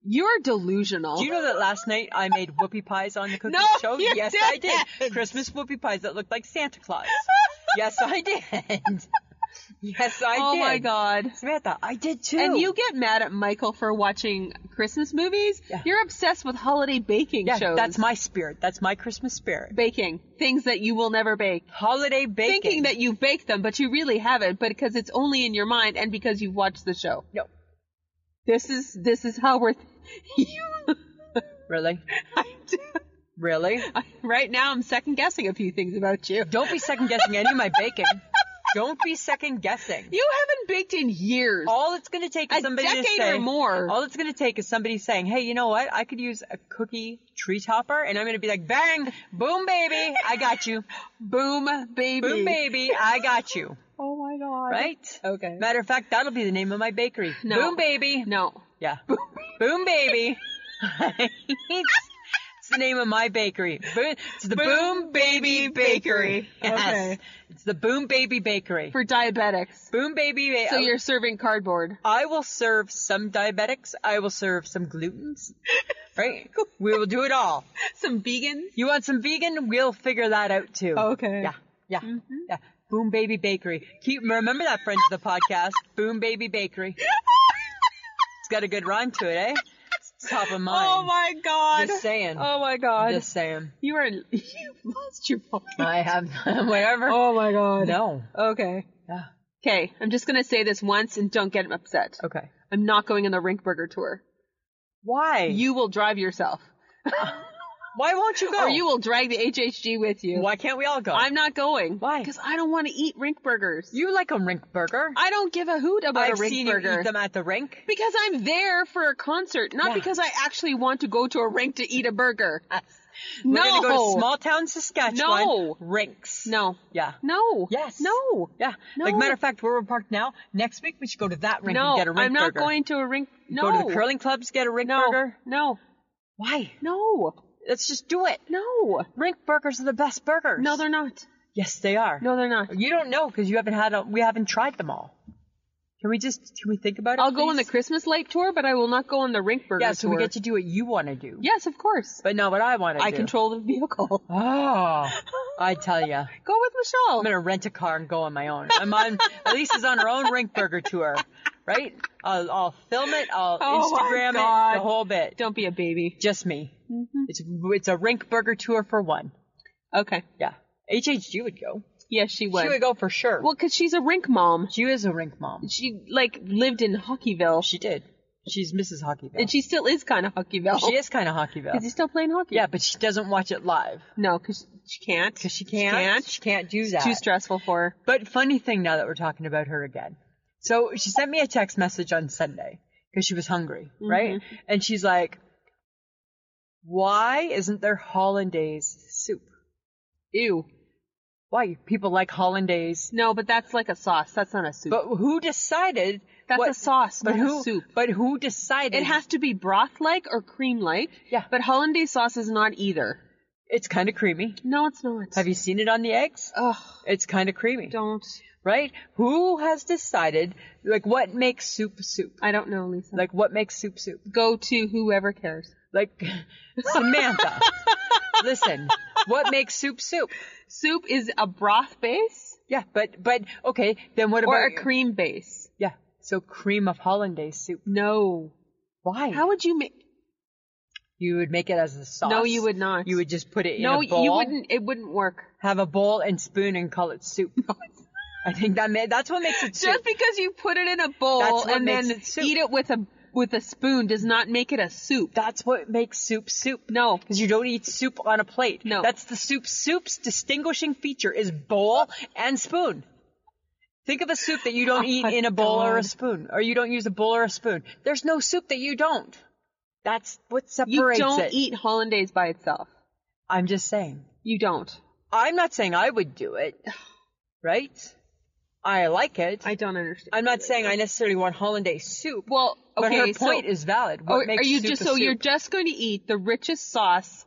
C: You're delusional.
D: Do you know that last night I made whoopie pies on the cooking
C: No,
D: show?
C: you
D: yes, I did.
C: didn't.
D: Christmas whoopie pies that looked like Santa Claus. yes, I did. Yes, I
C: oh
D: did.
C: my god.
D: Samantha, I did too.
C: And you get mad at Michael for watching Christmas movies.
D: Yeah.
C: You're obsessed with holiday baking
D: yeah,
C: shows.
D: that's my spirit. That's my Christmas spirit.
C: baking things that you will never bake.
D: Holiday baking.
C: Thinking that you bake them, but you really haven't, but because it's only in your mind and because you've watched the show.
D: no,
C: This is this is how we're.
D: really, really.
C: right now, I'm second guessing a few things about you.
D: Don't be second guessing any of my baking. Don't be second guessing.
C: You haven't baked in years.
D: all it's going to take is
C: A
D: somebody to
C: decade
D: say
C: or more.
D: All it's going to take is somebody saying, "Hey, you know what? I could use a cookie tree topper," and I'm going to be like, "Bang, boom, baby, I got you.
C: Boom, baby.
D: Boom, baby, I got you."
C: Oh my god.
D: Right?
C: Okay.
D: Matter of fact, that'll be the name of my bakery.
C: No.
D: Boom, baby.
C: No.
D: Yeah. Boom Baby. it's the name of my bakery. Bo- It's the Boom, Baby Bakery.
C: Bakery. Okay.
D: It's the Boom Baby Bakery.
C: For diabetics.
D: Boom Baby Ba-
C: So you're serving cardboard.
D: I will serve some diabetics. I will serve some glutens. Right? we will do it all.
C: Some vegans.
D: You want some vegan? We'll figure that out too.
C: Okay. Mm-hmm.
D: Yeah. Yeah. Yeah. Boom Baby Bakery. Keep remember that friends of the podcast. Boom Baby Bakery. It's got a good rhyme to it, eh? It's top of mind.
C: Oh my god.
D: Just saying.
C: Oh my god.
D: Just saying.
C: you are you lost your mind.
D: I have whatever.
C: Oh my god.
D: No.
C: Okay.
D: Yeah.
C: Okay. I'm just gonna say this once and don't get upset.
D: Okay.
C: I'm not going on the Rinkburger tour.
D: Why?
C: You will drive yourself,
D: Why won't you go?
C: or you will drag the HHG with you.
D: Why can't we all go?
C: I'm not going.
D: Why?
C: Because I don't want to eat rink burgers.
D: You like a rink burger?
C: I don't give a hoot about
D: I've
C: a rink
D: seen
C: burger.
D: you eat them at the rink.
C: Because I'm there for a concert, not
D: Yeah.
C: because I actually want to go to a rink to eat a burger.
D: Uh, We're
C: no.
D: gonna go to small town Saskatchewan.
C: No.
D: Rinks.
C: no.
D: Yeah.
C: No.
D: Yes.
C: No.
D: Yeah.
C: No.
D: Like matter of fact, where we're parked now, next week we should go to that rink
C: No.
D: and get a rink
C: I'm not
D: burger.
C: going to a rink. No.
D: Go to the curling clubs, get a rink
C: no.
D: burger.
C: No.
D: Why?
C: No.
D: Let's just do it.
C: No.
D: Rink burgers are the best burgers.
C: No, they're not.
D: Yes, they are.
C: No, they're not.
D: You don't know because you haven't had. A, we haven't tried them all. Can we just? Can we think about it?
C: I'll go on the
D: please?
C: Christmas light tour, but I will not go on the rink burger
D: Yeah, so
C: tour.
D: we get to do what you want to do.
C: yes, of course.
D: But not what I want to
C: I
D: do.
C: control the vehicle.
D: Oh, I tell ya.
C: Go with Michelle.
D: I'm gonna rent a car and go on my own. I'm on. Elisa's on her own rink burger tour, right? I'll, I'll film it. I'll
C: Oh my
D: Instagram it.
C: God.
D: The whole bit.
C: Don't be a baby.
D: Just me. It's it's a rink burger tour for one.
C: Okay.
D: Yeah. HHG would go.
C: Yes, she would.
D: She would go for sure.
C: Well, because she's a rink mom.
D: she is a rink mom.
C: She like lived in Hockeyville,
D: She did. She's Mrs. Hockeyville.
C: and she still is kind of Hockeyville.
D: She is kind of hockeyville.
C: Is he still playing hockey?
D: Yeah, but she doesn't watch it live
C: No, because she can't.
D: because she can't. She can't do that.
C: Too stressful for her.
D: But funny thing now that we're talking about her again. So she sent me a text message on Sunday because she was hungry,
C: Mm-hmm.
D: right? And she's like, "Why isn't there hollandaise soup?
C: Ew.
D: Why people like hollandaise?
C: No, but that's like a sauce. That's not a soup.
D: But who decided?
C: That's
D: what-
C: a sauce,
D: But
C: not
D: who?
C: a soup.
D: But who decided?
C: it has to be broth-like or cream-like.
D: Yeah.
C: But hollandaise sauce is not either.
D: It's kind of creamy.
C: No, it's not.
D: Have you seen it on the eggs?
C: Ugh.
D: It's kind of creamy,
C: Oh. Don't.
D: right? Who has decided? Like, what makes soup soup?
C: I don't know, Lisa.
D: Like, what makes soup soup?
C: go to whoever cares.
D: Like Samantha. listen, what makes soup soup?
C: Soup is a broth base
D: Yeah, but but okay, then what about
C: or a cream base.
D: Yeah, so cream of hollandaise soup.
C: No.
D: Why?
C: How would you make?
D: you would make it as a sauce?
C: No, you would not.
D: You would just put it in
C: No,
D: a bowl.
C: you wouldn't. It wouldn't work.
D: have a bowl and spoon and call it soup. I think that ma- that's what makes it soup.
C: Just because you put it in a bowl
D: That's what
C: and
D: makes
C: then
D: it soup.
C: eat it with a with a spoon does not make it a soup.
D: that's what makes soup soup.
C: No.
D: Because you don't eat soup on a plate.
C: No.
D: That's the soup soup's distinguishing feature is bowl and spoon. Think of a soup that you don't eat
C: Oh my
D: in a bowl or a
C: God.
D: spoon, or you don't use a bowl or a spoon. There's no soup that you don't. That's what
C: You
D: separates
C: don't
D: it.
C: eat hollandaise by itself.
D: I'm just saying.
C: You don't.
D: I'm not saying I would do it, right? I like it.
C: I don't understand.
D: am not saying I necessarily want hollandaise soup.
C: Well,
D: but
C: okay.
D: her point
C: so,
D: is valid. What
C: are,
D: makes
C: are you
D: soup
C: just
D: a
C: so you're
D: soup?
C: just going to eat the richest sauce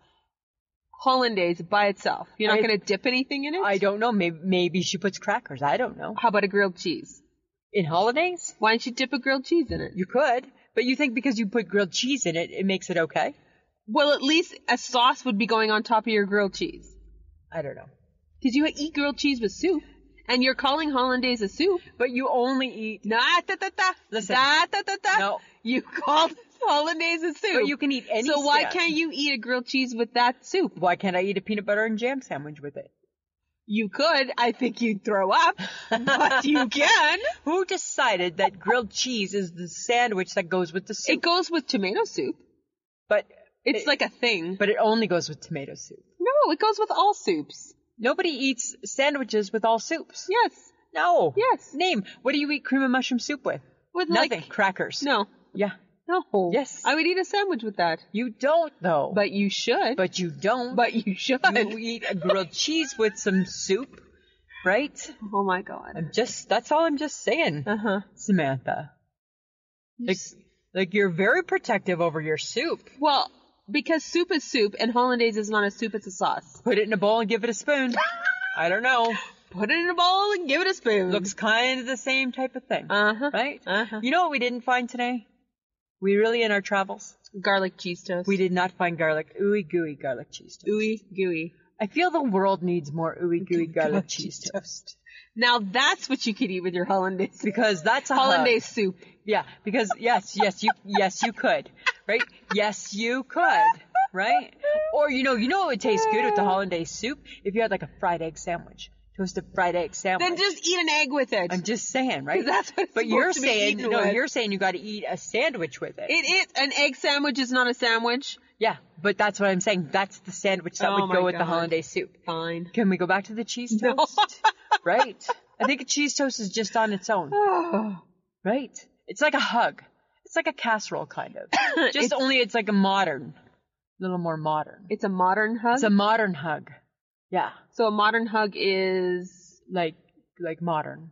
C: hollandaise by itself? You're not
D: I-
C: going to dip anything in it.
D: I don't know. Maybe, maybe she puts crackers. I don't know.
C: How about a grilled cheese?
D: In hollandaise?
C: Why don't you dip a grilled cheese in it?
D: You could, but you think because you put grilled cheese in it, it makes it okay?
C: Well, at least a sauce would be going on top of your grilled cheese.
D: I don't know.
C: Because you eat grilled cheese with soup, and you're calling hollandaise a soup.
D: But you only eat.
C: Na da da da.
D: Listen.
C: Da da da da.
D: No.
C: You called hollandaise a soup.
D: But you can eat any.
C: So why
D: snack.
C: can't you eat a grilled cheese with that soup?
D: Why can't I eat a peanut butter and jam sandwich with it?
C: You could. I think you'd throw up, but you can.
D: Who decided that grilled cheese is the sandwich that goes with the soup?
C: It goes with tomato soup.
D: but
C: It's like a thing.
D: but it only goes with tomato soup.
C: no, it goes with all soups.
D: Nobody eats sandwiches with all soups.
C: Yes.
D: No.
C: Yes.
D: Name. What do you eat cream and mushroom soup with?
C: With
D: Nothing.
C: like
D: Crackers.
C: no,
D: Yeah.
C: no.
D: Yes.
C: I would eat a sandwich with that.
D: You don't though.
C: But you should.
D: but you don't.
C: but you should.
D: you eat a grilled cheese with some soup, right?
C: oh my god.
D: I'm just that's all I'm just saying,
C: Uh huh.
D: Samantha. Like, like you're very protective over your soup.
C: Well, because soup is soup and hollandaise is not a soup, it's a sauce.
D: Put it in a bowl and give it a spoon. I don't know.
C: Put it in a bowl and give it a spoon.
D: Looks kind of the same type of thing,
C: uh huh.
D: right?
C: Uh-huh.
D: You know what we didn't find today? We really in our travels,
C: Garlic cheese toast.
D: we did not find garlic ooey gooey garlic cheese toast.
C: ooey gooey.
D: I feel the world needs more ooey gooey garlic cheese toast.
C: Now that's what you could eat with your hollandaise.
D: because that's a hug.
C: hollandaise soup.
D: Yeah, because yes, yes, you yes you could, right? Yes, you could, right? Or you know, you know, it would taste good with the hollandaise soup if you had like a fried egg sandwich, toasted fried egg sandwich.
C: Then just eat an egg with it.
D: I'm just saying, right?
C: That's what it's
D: but you're
C: supposed to be
D: saying
C: eaten
D: no,
C: with.
D: you're saying you got to eat a sandwich with it.
C: it is an egg sandwich is not a sandwich.
D: Yeah, but that's what I'm saying. That's the sandwich that
C: Oh
D: would
C: my
D: go with the
C: God.
D: hollandaise soup.
C: Fine.
D: Can we go back to the cheese
C: No.
D: toast? right. I think a cheese toast is just on its own. Right. It's like a hug. It's like a casserole kind of. Just
C: It's-
D: only it's like a modern, a little more modern.
C: It's a modern hug.
D: It's a modern hug. Yeah,
C: so a modern hug is
D: like like modern,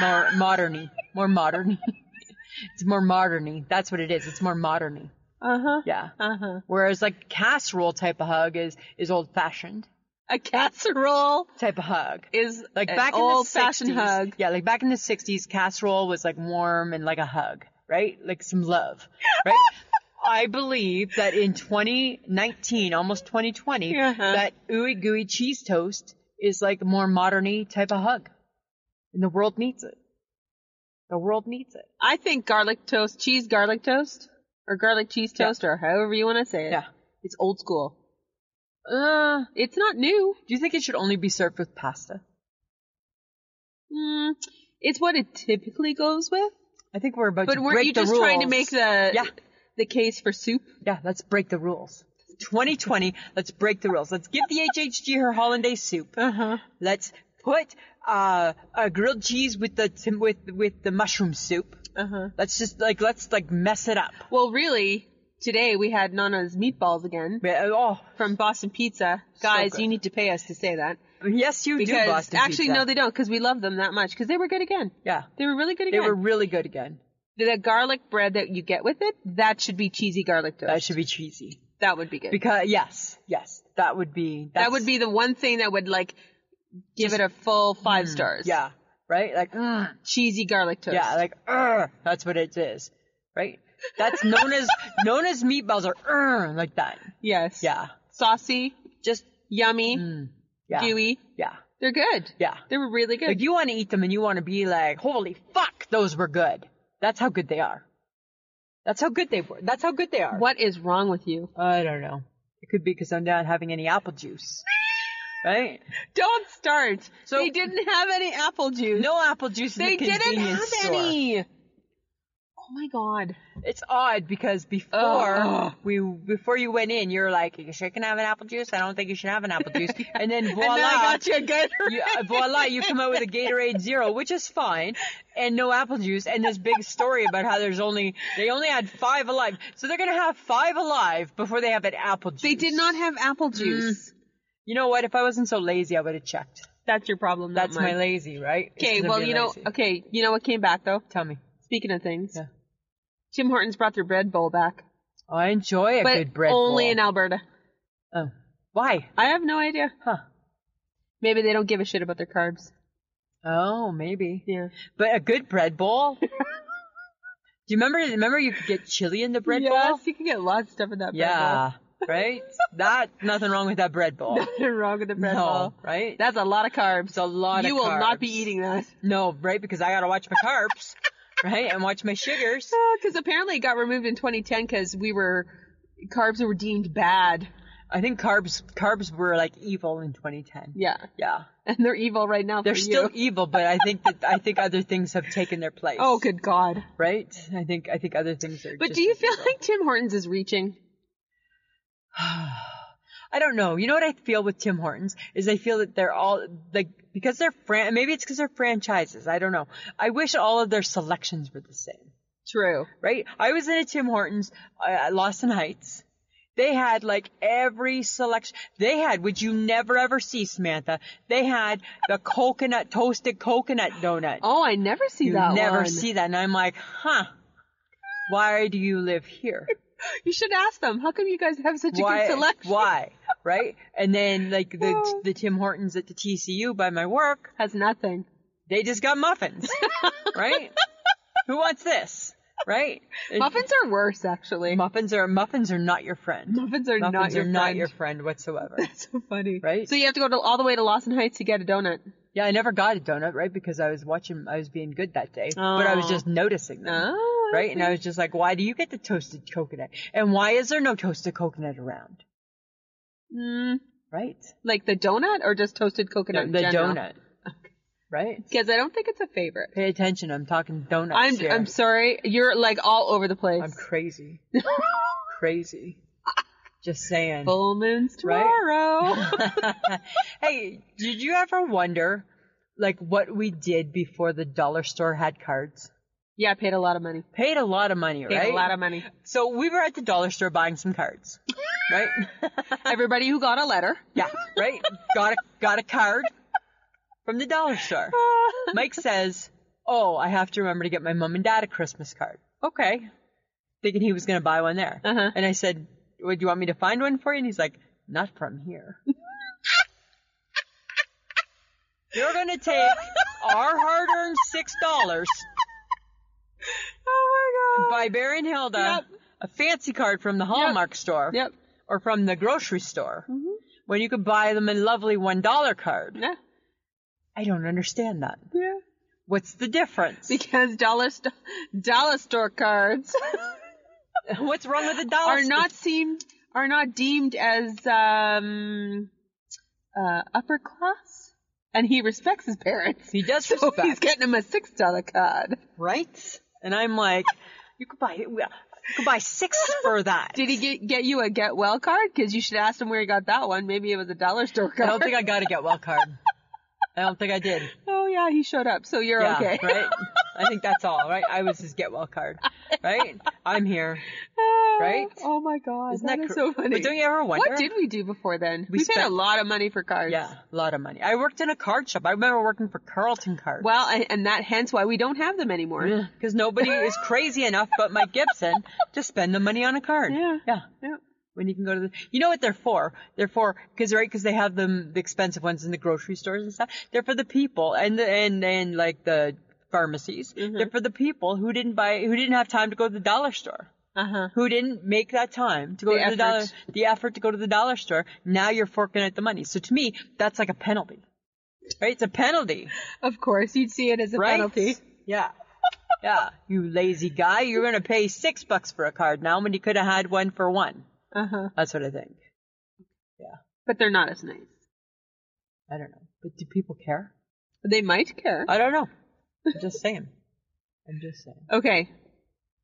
D: more moderny, more moderny. it's more moderny. That's what it is. It's more moderny.
C: uh huh
D: Yeah.
C: uh huh
D: Whereas like casserole type of hug is is old fashioned
C: a casserole
D: type of hug.
C: is
D: like
C: an
D: back in
C: old
D: the 60s,
C: fashioned hug.
D: Yeah, like back in the 60s, casserole was like warm and like a hug, right? Like some love, right? I believe that in 2019, almost 2020,
C: Uh-huh.
D: that ooey gooey cheese toast is like a more moderny type of hug, and the world needs it. The world needs it.
C: I think garlic toast, cheese garlic toast, or garlic cheese
D: Yeah.
C: toast, or however you want to say it.
D: Yeah.
C: It's old school.
D: Uh,
C: It's not new.
D: do you think it should only be served with pasta?
C: Mm, it's what it typically goes with.
D: I think we're about
C: But
D: to
C: weren't
D: break
C: you
D: the
C: just trying to
D: rules.
C: make the
D: Yeah.
C: the case for soup?
D: Yeah, let's break the rules. 2020, let's break the rules. Let's give the HHG her hollandaise soup.
C: huh.
D: Let's put uh, a grilled cheese with the tim- with with the mushroom soup.
C: Uh huh.
D: Let's just like let's like mess it up.
C: Well, really, today we had Nana's meatballs again
D: But, uh, Oh,
C: from Boston Pizza. Guys,
D: good.
C: you need to pay us to say that
D: yes, you
C: because
D: do, Boston
C: actually,
D: pizza.
C: no, they don't because we love them that much because they were good again.
D: yeah,
C: They were really good
D: they
C: again.
D: were really good again.
C: the garlic bread that you get with it, that should be cheesy garlic toast.
D: That should be cheesy
C: That would be good.
D: because yes, yes, that would be
C: that
D: that's-
C: would be the one thing that would like give it a full five stars.
D: Mm, yeah, right? Like mm,
C: Cheesy garlic toast.
D: yeah, like uh, that's what it is, right? That's known as known as meatballs are uh, like that.
C: yes.
D: Yeah,
C: Saucy,
D: just Mm.
C: yummy,
D: yeah,
C: dewy.
D: yeah,
C: They're good.
D: yeah.
C: They were really good.
D: Like you want to eat them and you want to be like, holy fuck, those were good. That's how good they are. That's how good they were. That's how good they are.
C: what is wrong with you?
D: I don't know. It could be because I'm not having any apple juice, right?
C: Don't start.
D: So-
C: they didn't have any apple juice.
D: No apple juice. in
C: they
D: the
C: didn't have
D: convenience store.
C: any. Oh my god.
D: It's odd because before
C: Ugh.
D: we before you went in, you were like, you sure can have an apple juice. I don't think you should have an apple juice. And then voila,
C: and then I got you a good.
D: you, uh, voila, you come out with a Gatorade Zero, which is fine, and no apple juice, and this big story about how there's only they only had five alive, so they're gonna have five alive before they have an apple juice.
C: They did not have apple juice.
D: You know what? If I wasn't so lazy, I would have checked.
C: That's your problem. not
D: That's my
C: mine.
D: lazy, right? It's
C: Oh Okay,
D: 'cause I'm
C: well
D: being
C: you know.
D: lazy.
C: Okay, you know what came back though.
D: Tell me.
C: Speaking of things,
D: Yeah.
C: Tim Hortons brought their bread bowl back,
D: I enjoy a
C: but
D: good bread.
C: only
D: bowl.
C: in Alberta.
D: Oh. Why?
C: I have no idea.
D: Huh.
C: Maybe they don't give a shit about their carbs.
D: Oh, maybe.
C: Yeah.
D: But a good bread bowl. Do you remember? Remember, you could get chili in the bread
C: yes,
D: bowl.
C: you can get lots of stuff in that
D: Yeah. Right. that nothing wrong with that bread bowl.
C: bread bowl. Nothing wrong with the bread bowl.
D: right?
C: That's a lot of carbs.
D: That's a lot
C: you
D: of
C: will not
D: carbs.
C: be eating that.
D: No, right? Because I gotta watch my carbs, right? And watch my sugars.
C: Because Oh, apparently it got removed in 2010 because we were carbs were deemed bad.
D: I think carbs carbs were like evil in 2010.
C: Yeah,
D: Yeah,
C: and they're evil right now.
D: they're
C: for
D: still
C: you.
D: evil, but I think that I think other things have taken their place.
C: Oh, good God!
D: Right? I think I think other things are.
C: But
D: just
C: do you
D: as
C: feel
D: evil.
C: like Tim Hortons is reaching?
D: I don't know. You know what I feel with Tim Hortons is I feel that they're all like because they're fran- maybe it's because they're franchises. I don't know. I wish all of their selections were the same.
C: True.
D: right? I was in a Tim Hortons, uh, at Lawson Heights. They had like every selection. They had, which you never ever see, Samantha. They had the coconut, toasted coconut donut.
C: Oh, I never see
D: you
C: that.
D: never
C: one.
D: see that. And I'm like, huh, why do you live here?
C: You should ask them. How come you guys have such a
D: why?
C: good selection?
D: Why? Right? And then like the, the Tim Hortons at the TCU by my work,
C: Has nothing.
D: they just got muffins, right? Who wants this? Right? And-
C: Muffins are worse, actually.
D: Muffins are muffins are not your friend.
C: Muffins are not
D: muffins
C: your
D: are not
C: friend.
D: your friend whatsoever.
C: That's so funny.
D: Right?
C: So you have to go to, all the way to Lawson Heights to get a donut.
D: Yeah, I never got a donut, right? Because I was watching, I was being good that day, but I was
C: Oh.
D: just noticing them,
C: Oh,
D: right? And I was just like, why do you get the toasted coconut? And why is there no toasted coconut around?
C: Mm,
D: Right?
C: like the donut or just toasted
D: No,
C: coconut? in
D: the
C: general?
D: donut. Right?
C: Because I don't think it's a favorite.
D: Pay attention. I'm talking donuts
C: I'm
D: here.
C: I'm sorry. You're like all over the place.
D: I'm crazy. crazy. Just saying.
C: Full moons
D: Right?
C: tomorrow.
D: hey, did you ever wonder, like, what we did before the dollar store had cards?
C: yeah, I paid a lot of money.
D: Paid a lot of money,
C: Paid
D: right?
C: a lot of money.
D: So we were at the dollar store buying some cards, right?
C: Everybody who got a letter.
D: yeah, right. Got a got a card from the dollar store. Mike says, "Oh, I have to remember to get my mom and dad a Christmas card." Okay, thinking he was going to buy one there,
C: Uh-huh.
D: and I said, "Would you want me to find one for you?" And he's like, "Not from here." You're going to take our hard-earned six dollars
C: Oh
D: by Barry and Hilda,
C: Yep.
D: a fancy card from the Hallmark store,
C: Yep. Mm-hmm.
D: or from the grocery store when you could buy them a lovely one dollar card.
C: Yeah.
D: I don't understand that.
C: Yeah.
D: What's the difference?
C: Because dollar st- dollar store cards
D: What's wrong with the dollar?
C: are
D: store-
C: not seen are not deemed as um uh upper class. And he respects his parents.
D: He does
C: so
D: respect.
C: he's getting him a six dollar card.
D: right. And I'm like, you could buy you could buy six for that.
C: Did he get get you a get well card? Because you should ask him where he got that one. Maybe it was a dollar store
D: I
C: card.
D: don't think I got a get well card. I don't think I did.
C: oh yeah, he showed up. So you're
D: Yeah,
C: okay.
D: right. I think that's all. Right. I was his get well card. Right. I'm here. Right?
C: Oh my god,
D: Isn't
C: that
D: that
C: is
D: cr-
C: so funny.
D: But don't you ever wonder?
C: What did we do before then? We,
D: We
C: paid
D: spent-
C: a lot of money for cards.
D: Yeah, a lot of money. I worked in a card shop. I remember working for Carlton Cards.
C: Well, and, and that hence why we don't have them anymore.
D: because nobody is crazy enough but Mike Gibson to spend the money on a card.
C: Yeah.
D: Yeah.
C: Yep.
D: When you can go to the, you know what they're for? They're for, cause, right, cause they have them, the expensive ones in the grocery stores and stuff. They're for the people and, the, and, and like the pharmacies.
C: Mm-hmm.
D: They're for the people who didn't buy, who didn't have time to go to the dollar store.
C: Uh-huh.
D: Who didn't make that time to go
C: The
D: to the dollar,
C: effort.
D: the effort to go to the dollar store. Now you're forking out the money. So to me, that's like a penalty. Right? It's a penalty
C: Of course, you'd see it as a
D: right?
C: penalty.
D: Yeah. Yeah. You lazy guy. You're going to pay six bucks for a card now when you could have had one for one.
C: Uh-huh.
D: That's what I think.
C: But they're not as nice.
D: I don't know. But do people care?
C: They might care.
D: I don't know. I'm just saying. I'm just saying.
C: okay.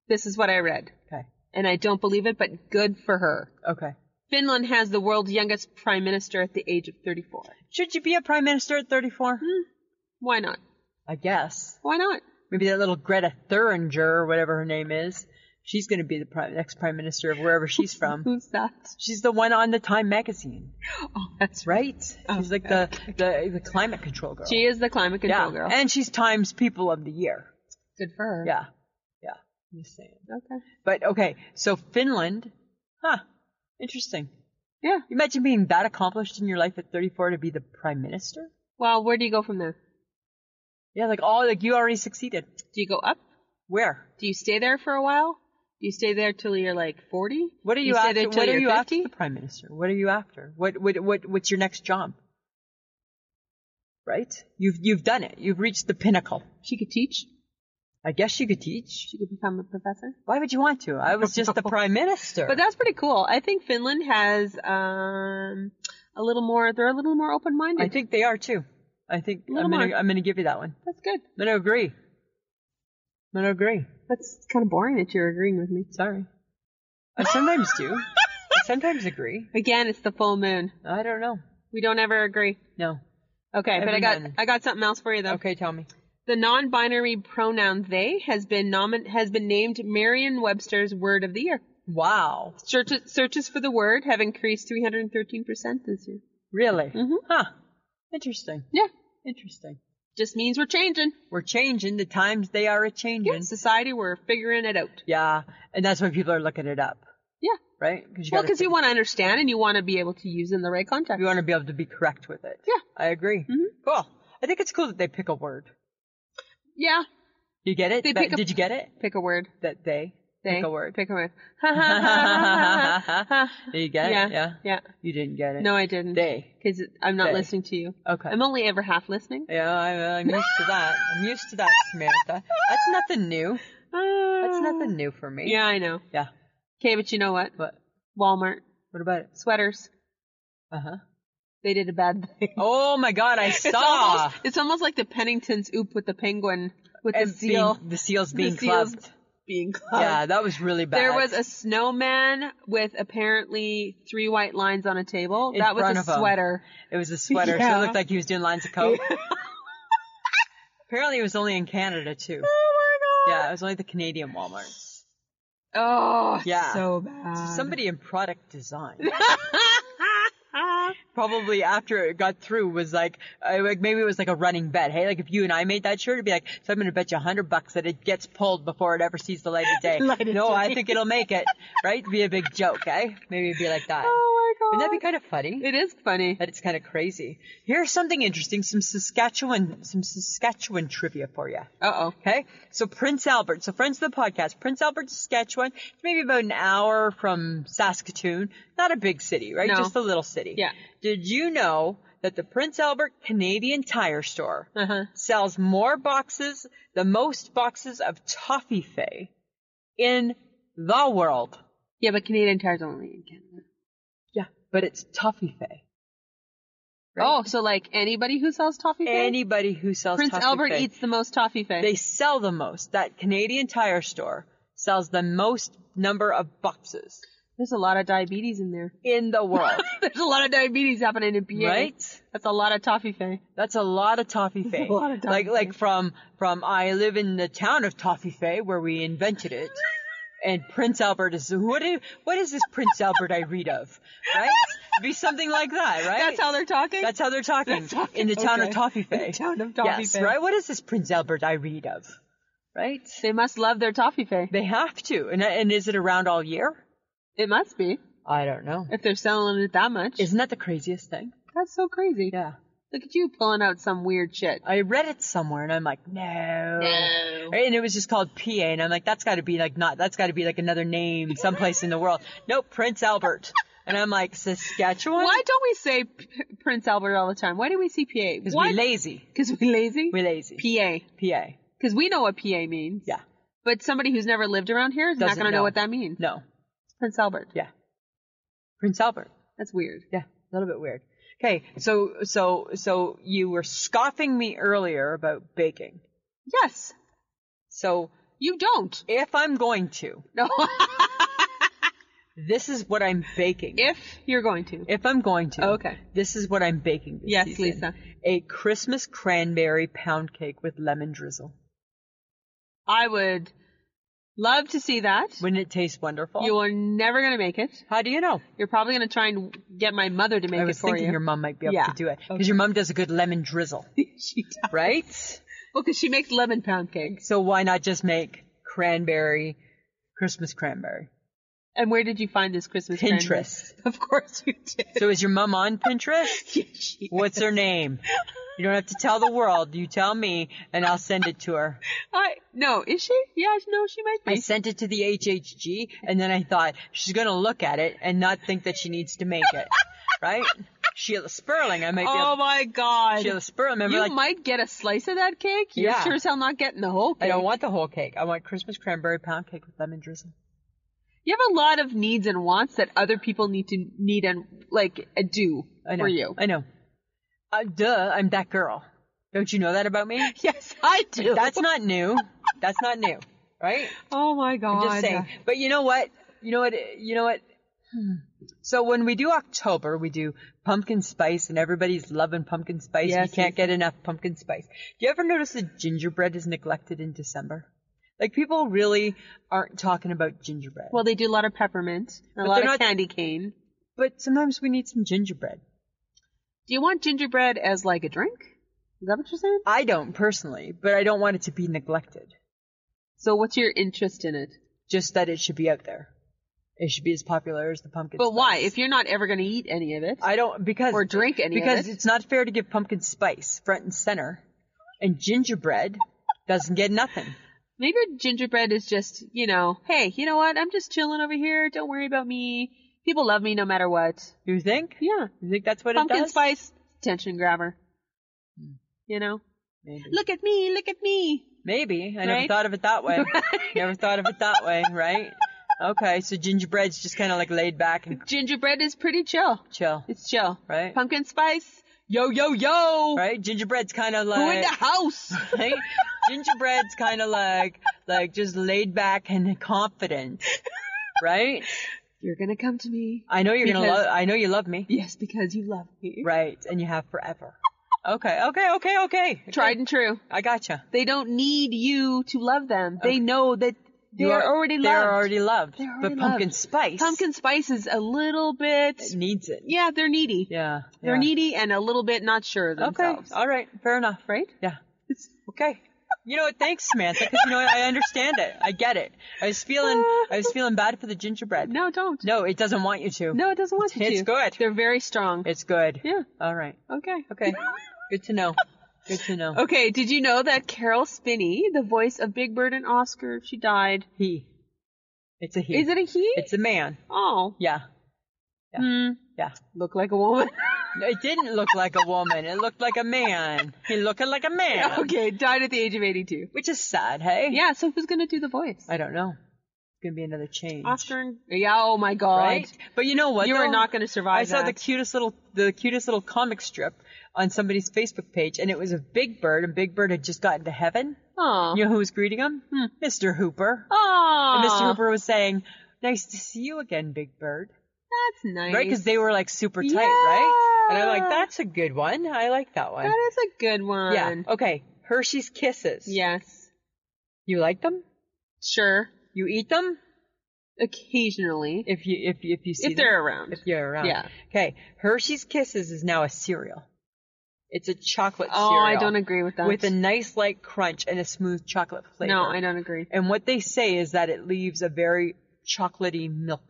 C: This is what I read,
D: Okay.
C: and I don't believe it, but good for her.
D: Okay.
C: Finland has the world's youngest prime minister at the age of 34.
D: Should you be a prime minister at 34?
C: Why not?
D: I guess.
C: Why not?
D: Maybe that little Greta Thuringer or whatever her name is. She's going to be the prime, next prime minister of wherever she's from.
C: Who's that?
D: She's the one on the Time magazine,
C: Oh, that's right.
D: right? She's like the, the the climate control girl.
C: She is the climate control girl.
D: And she's Times People of the Year.
C: good for her.
D: Yeah. Yeah. I'm just saying.
C: Okay.
D: But okay, so Finland. Huh. Interesting.
C: Yeah.
D: Imagine being that accomplished in your life at 34 to be the prime minister?
C: Well, where do you go from there?
D: Yeah, like all like you already succeeded.
C: Do you go up?
D: Where?
C: Do you stay there for a while? Do you stay there till you're like 40?
D: What are you,
C: stay
D: after?
C: there till
D: What are
C: you're
D: you
C: 50?
D: after the prime minister? What are you after? What what what what's your next job? Right? You've you've done it. You've reached the pinnacle.
C: She could teach.
D: I guess you could teach.
C: She could become a professor.
D: Why would you want to? I was just the prime minister.
C: But that's pretty cool. I think Finland has um, a little more. They're a little more open-minded.
D: I think they are too. I think
C: Little
D: I'm gonna,
C: more.
D: I'm gonna give you that one.
C: that's good.
D: I'm gonna agree. I'm gonna agree.
C: That's kind of boring that you're agreeing with me.
D: Sorry. I sometimes do. I sometimes agree.
C: Again, it's the full moon.
D: I don't know.
C: We don't ever agree.
D: No.
C: Okay, but
D: Every
C: I got
D: man.
C: I got something else for you though.
D: Okay, tell me.
C: The non-binary pronoun they has been nomin- has been named Merriam-Webster's word of the year.
D: Wow.
C: Searches, searches for the word have increased 313% this year.
D: Really?
C: Mhm.
D: Huh. Interesting.
C: Yeah.
D: Interesting.
C: Just means we're changing.
D: We're changing. The times they are a changing.
C: In society, we're figuring it out.
D: Yeah. And that's why people are looking it up,
C: Yeah.
D: right? Cause
C: Well,
D: gotta
C: because you
D: figure-
C: want to understand and you want to be able to use in the right context.
D: you want to be able to be correct with it.
C: Yeah. Mm-hmm.
D: I agree. Cool. I think it's cool that they pick a word.
C: yeah.
D: You get it?
C: They
D: That-
C: pick a-
D: Did you get it?
C: Pick a word.
D: That they Pick a word.
C: Pick a word. yeah.
D: you get it? Yeah.
C: Yeah.
D: You didn't get it.
C: No, I didn't.
D: They.
C: Because I'm not
D: They.
C: listening to you.
D: Okay.
C: I'm only ever half listening.
D: yeah, I, I'm used to that. I'm used to that, Samantha. That's nothing new. That's nothing new for me.
C: Ah. Yeah, I know.
D: Yeah.
C: Okay, but you know what?
D: What?
C: Walmart
D: What about it?
C: sweaters.
D: Uh huh.
C: They did a bad thing.
D: Oh my God! I
C: It's
D: saw.
C: almost, it's almost like the Penningtons oop with the penguin with the
D: And
C: seal
D: being- the seals being
C: the seals
D: clubbed.
C: being clubbed.
D: Yeah, that was really bad.
C: There was a snowman with apparently three white lines on a table.
D: In
C: that was
D: front
C: a
D: of him.
C: sweater.
D: It was a sweater, so
C: Yeah.
D: it looked like he was doing lines of coke. Apparently, it was only in Canada too.
C: Oh
D: Yeah, it was only the Canadian Walmart.
C: Oh,
D: Yeah.
C: so bad.
D: So somebody in product design, probably after it got through, was like, I, like maybe it was like a running bet. Hey, like if you and I made that shirt, it'd be like, so I'm gonna bet you a hundred bucks that it gets pulled before it ever sees the light of day.
C: Light of
D: no, I
C: day.
D: think it'll make it. Right? It'd be a big joke, eh? Maybe it'd be like that.
C: oh my god.
D: Wouldn't that be kind of funny?
C: it is funny.
D: That it's kind of crazy. Here's something interesting: some Saskatchewan, some Saskatchewan trivia for you.
C: Uh oh.
D: Okay, so Prince Albert. So friends of the podcast, Prince Albert, Saskatchewan. It's maybe about an hour from Saskatoon. Not a big city, right?
C: No.
D: Just a little city.
C: Yeah.
D: Did you know that the Prince Albert Canadian Tire Store
C: Uh-huh.
D: sells more boxes, the most boxes of toffee fay in the world?
C: Yeah, but Canadian Tire's only in Canada.
D: Yeah, but it's toffee fay.
C: Oh, so like anybody who sells toffee, Fay?
D: Anybody who sells
C: Prince
D: toffee
C: Albert
D: fay-
C: eats the most toffee fay.
D: They sell the most. That Canadian Tire Store sells the most number of boxes.
C: There's a lot of diabetes in there.
D: in the world,
C: There's a lot of diabetes happening in PA.
D: right?
C: That's a lot of toffee fay.
D: That's a lot of toffee fay.
C: a lot of toffee
D: like
C: fay.
D: like from from I live in the town of toffee fay where we invented it, and Prince Albert is what is what is this Prince Albert I read of, right? It'd be something like that, right?
C: That's how they're talking.
D: That's how they're talking
C: That's how-
D: in the town
C: okay.
D: of toffee
C: In
D: fay.
C: the town of Toffee
D: yes,
C: Fay.
D: right? What is this Prince Albert I read of, right?
C: they must love their toffee fay.
D: They have to, and and is it around all year?
C: It must be
D: I don't know.
C: if they're selling it that much.
D: Isn't that the craziest thing?
C: That's so crazy.
D: Yeah.
C: Look at you pulling out some weird shit.
D: I read it somewhere and I'm like, no. Right? And it was just called PA and I'm like, that's gotta be like not that's gotta be like another name someplace in the world. Nope, Prince Albert. And I'm like, Saskatchewan?
C: Why don't we say P- Prince Albert all the time? Why do we see PA?
D: Because we lazy.
C: Because we lazy.
D: We lazy.
C: PA.
D: PA.
C: Because we know what PA means.
D: Yeah.
C: But somebody who's never lived around here is not
D: Doesn't
C: going to know.
D: know.
C: what that means.
D: No.
C: It's Prince Albert.
D: Yeah. Prince Albert.
C: That's weird.
D: Yeah. A little bit weird. Okay, so so so you were scoffing me earlier about baking.
C: Yes.
D: So
C: You don't.
D: if I'm going to,
C: No.
D: this is what I'm baking.
C: if you're going to.
D: If I'm going to.
C: Okay.
D: This is what I'm baking this
C: Yes,
D: season.
C: Lisa.
D: A Christmas cranberry pound cake with lemon drizzle.
C: I would love to see that.
D: Wouldn't it taste wonderful?
C: You are never going to make it.
D: How do you know?
C: You're probably going to try and get my mother to make
D: I was
C: it for
D: thinking
C: you.
D: your mom might be able
C: Yeah.
D: to do it because
C: Okay.
D: your mom does a good lemon drizzle,
C: she does.
D: right?
C: Well, because she makes lemon pound cakes.
D: so why not just make cranberry Christmas cranberry?
C: And where did you find this Christmas cranberry?
D: Pinterest.
C: Of course you did.
D: So is your mom on Pinterest?
C: Yes, she
D: What's her name? You don't have to tell the world. You tell me, and I'll send it to her.
C: I no, is she? Yeah, no, she might
D: I
C: be.
D: sent it to the HHG, and then I thought she's gonna look at it and not think that she needs to make it, right? Sheila Sperling, I might be.
C: oh
D: able-
C: my god.
D: Sheila Sperling, remember?
C: you
D: like,
C: might get a slice of that cake. You're
D: Yeah.
C: sure as hell not getting the whole cake.
D: I don't want the whole cake. I want Christmas cranberry pound cake with lemon drizzle.
C: You have a lot of needs and wants that other people need to need and like uh, do
D: I know.
C: for you.
D: I know. Uh, duh, I'm that girl. Don't you know that about me?
C: yes, I do.
D: That's not new. That's not new, right?
C: oh my god.
D: I'm just saying. But you know what? You know what? You know what? Hmm. So when we do October, we do pumpkin spice, and everybody's loving pumpkin spice.
C: Yes,
D: you can't
C: yes.
D: get enough pumpkin spice. Do you ever notice that gingerbread is neglected in December? Like people really aren't talking about gingerbread.
C: Well, they do a lot of peppermint,
D: But
C: and a lot
D: they're not-
C: of candy cane.
D: but sometimes we need some gingerbread.
C: Do you want gingerbread as like a drink? Is that what you're saying?
D: I don't personally, but I don't want it to be neglected.
C: So what's your interest in it?
D: Just that it should be out there. It should be as popular as the pumpkin.
C: But why?
D: spice.
C: If you're not ever going to eat any of it,
D: I don't because
C: Or drink any of
D: because
C: it.
D: it's not fair to give pumpkin spice front and center, and gingerbread doesn't get nothing.
C: Maybe gingerbread is just, you know, hey, you know what? I'm just chilling over here. Don't worry about me. People love me no matter what.
D: You think?
C: Yeah.
D: You think that's what it
C: Pumpkin
D: does? Hmm.
C: spice, attention grabber. You know?
D: Maybe.
C: Look at me, look at me.
D: Maybe. I never
C: Right?
D: thought of it that way. Never thought of it that way, right? Okay, so gingerbread's just kind of like laid back and
C: Gingerbread is pretty chill.
D: chill,
C: It's chill.
D: right?
C: Pumpkin spice, yo, yo, yo.
D: Right? Gingerbread's kind of
C: Who in
D: like
C: the house?
D: right? gingerbread's kind of like like just laid back and confident, right?
C: You're gonna come to me.
D: I know you're gonna
C: Because-
D: love. I know you love me,
C: Yes, because you love me.
D: right? And you have forever. Okay, okay, okay, okay.
C: Tried and true.
D: I gotcha.
C: They don't need you to love them. They know that they
D: You
C: are, already loved.
D: They're already loved.
C: They're
D: but
C: already
D: pumpkin
C: loved.
D: spice.
C: Pumpkin spice is a little bit.
D: needs it.
C: Yeah, they're needy.
D: Yeah.
C: They're
D: yeah.
C: needy and a little bit not sure of
D: Okay.
C: themselves.
D: All right. Fair enough.
C: Right?
D: Yeah. It's okay. You know what? Thanks, Samantha. Because you know what? I understand it. I get it. I was feeling, I was feeling bad for the gingerbread.
C: No, don't.
D: No, it doesn't want you to.
C: No, it doesn't want you to.
D: It's good.
C: They're very strong.
D: It's good.
C: Yeah.
D: All right.
C: Okay.
D: Okay. Good to know. Good to know.
C: Okay, did you know that Carol Spinney, the voice of Big Bird and Oscar, she died?
D: He. It's a he.
C: Is it a he?
D: It's a man.
C: oh.
D: Yeah.
C: Hmm.
D: Yeah.
C: Look like a woman.
D: It didn't look like a woman. It looked like a man. He looked like a man.
C: okay, died at the age of 82.
D: Which is sad, hey?
C: Yeah, so who's going to do the voice?
D: I don't know. It's gonna be another change.
C: Oscar and. Yeah, oh my god.
D: right? But you know what?
C: You are
D: though?
C: not going to survive
D: I saw the
C: that.
D: cutest little the cutest little comic strip on somebody's Facebook page, and it was a Big Bird, and Big Bird had just gotten to heaven.
C: Aw.
D: You know who was greeting him? Mr. Hooper.
C: Uh-huh. Hmm. Aw.
D: And Mr. Hooper was saying, "Nice to see you again, Big Bird."
C: That's nice.
D: Right? Because they were like super tight,
C: Yeah.
D: right? And I'm like, "That's a good one. I like that one."
C: That is a good one.
D: yeah. Okay. Hershey's Kisses.
C: Yes.
D: You like them?
C: Sure.
D: You eat them
C: Occasionally.
D: if you if you, if you see
C: If
D: them?
C: they're around.
D: if you're around.
C: Yeah.
D: Okay. Hershey's Kisses is now a cereal. It's a chocolate
C: Oh,
D: cereal.
C: I don't agree with that.
D: With a nice light crunch and a smooth chocolate flavor.
C: No, I don't agree.
D: And what they say is that it leaves a very chocolatey milk.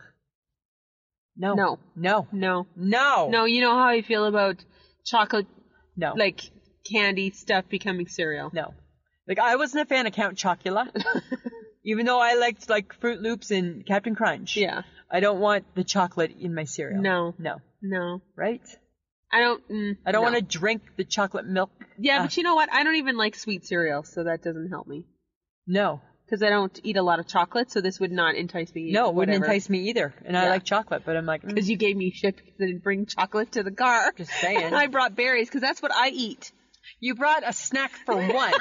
D: No.
C: No.
D: No.
C: No.
D: No.
C: No, you know how I feel about chocolate,
D: No.
C: like candy stuff becoming cereal.
D: no. Like I wasn't a fan of Count Chocula. Even though I liked like Fruit Loops and Captain Crunch.
C: Yeah.
D: I don't want the chocolate in my cereal.
C: No.
D: No.
C: No.
D: Right?
C: I don't. Mm,
D: I don't uh.
C: no.
D: want to drink the chocolate milk.
C: Yeah, but you know what? I don't even like sweet cereal, so that doesn't help me.
D: No.
C: Because I don't eat a lot of chocolate, so this would not entice me.
D: No, it wouldn't entice me either. And I
C: Yeah.
D: like chocolate, but I'm like, mm,
C: Because you gave me shit because I didn't bring chocolate to the car.
D: Just saying.
C: I brought berries because that's what I eat.
D: you brought a snack for one.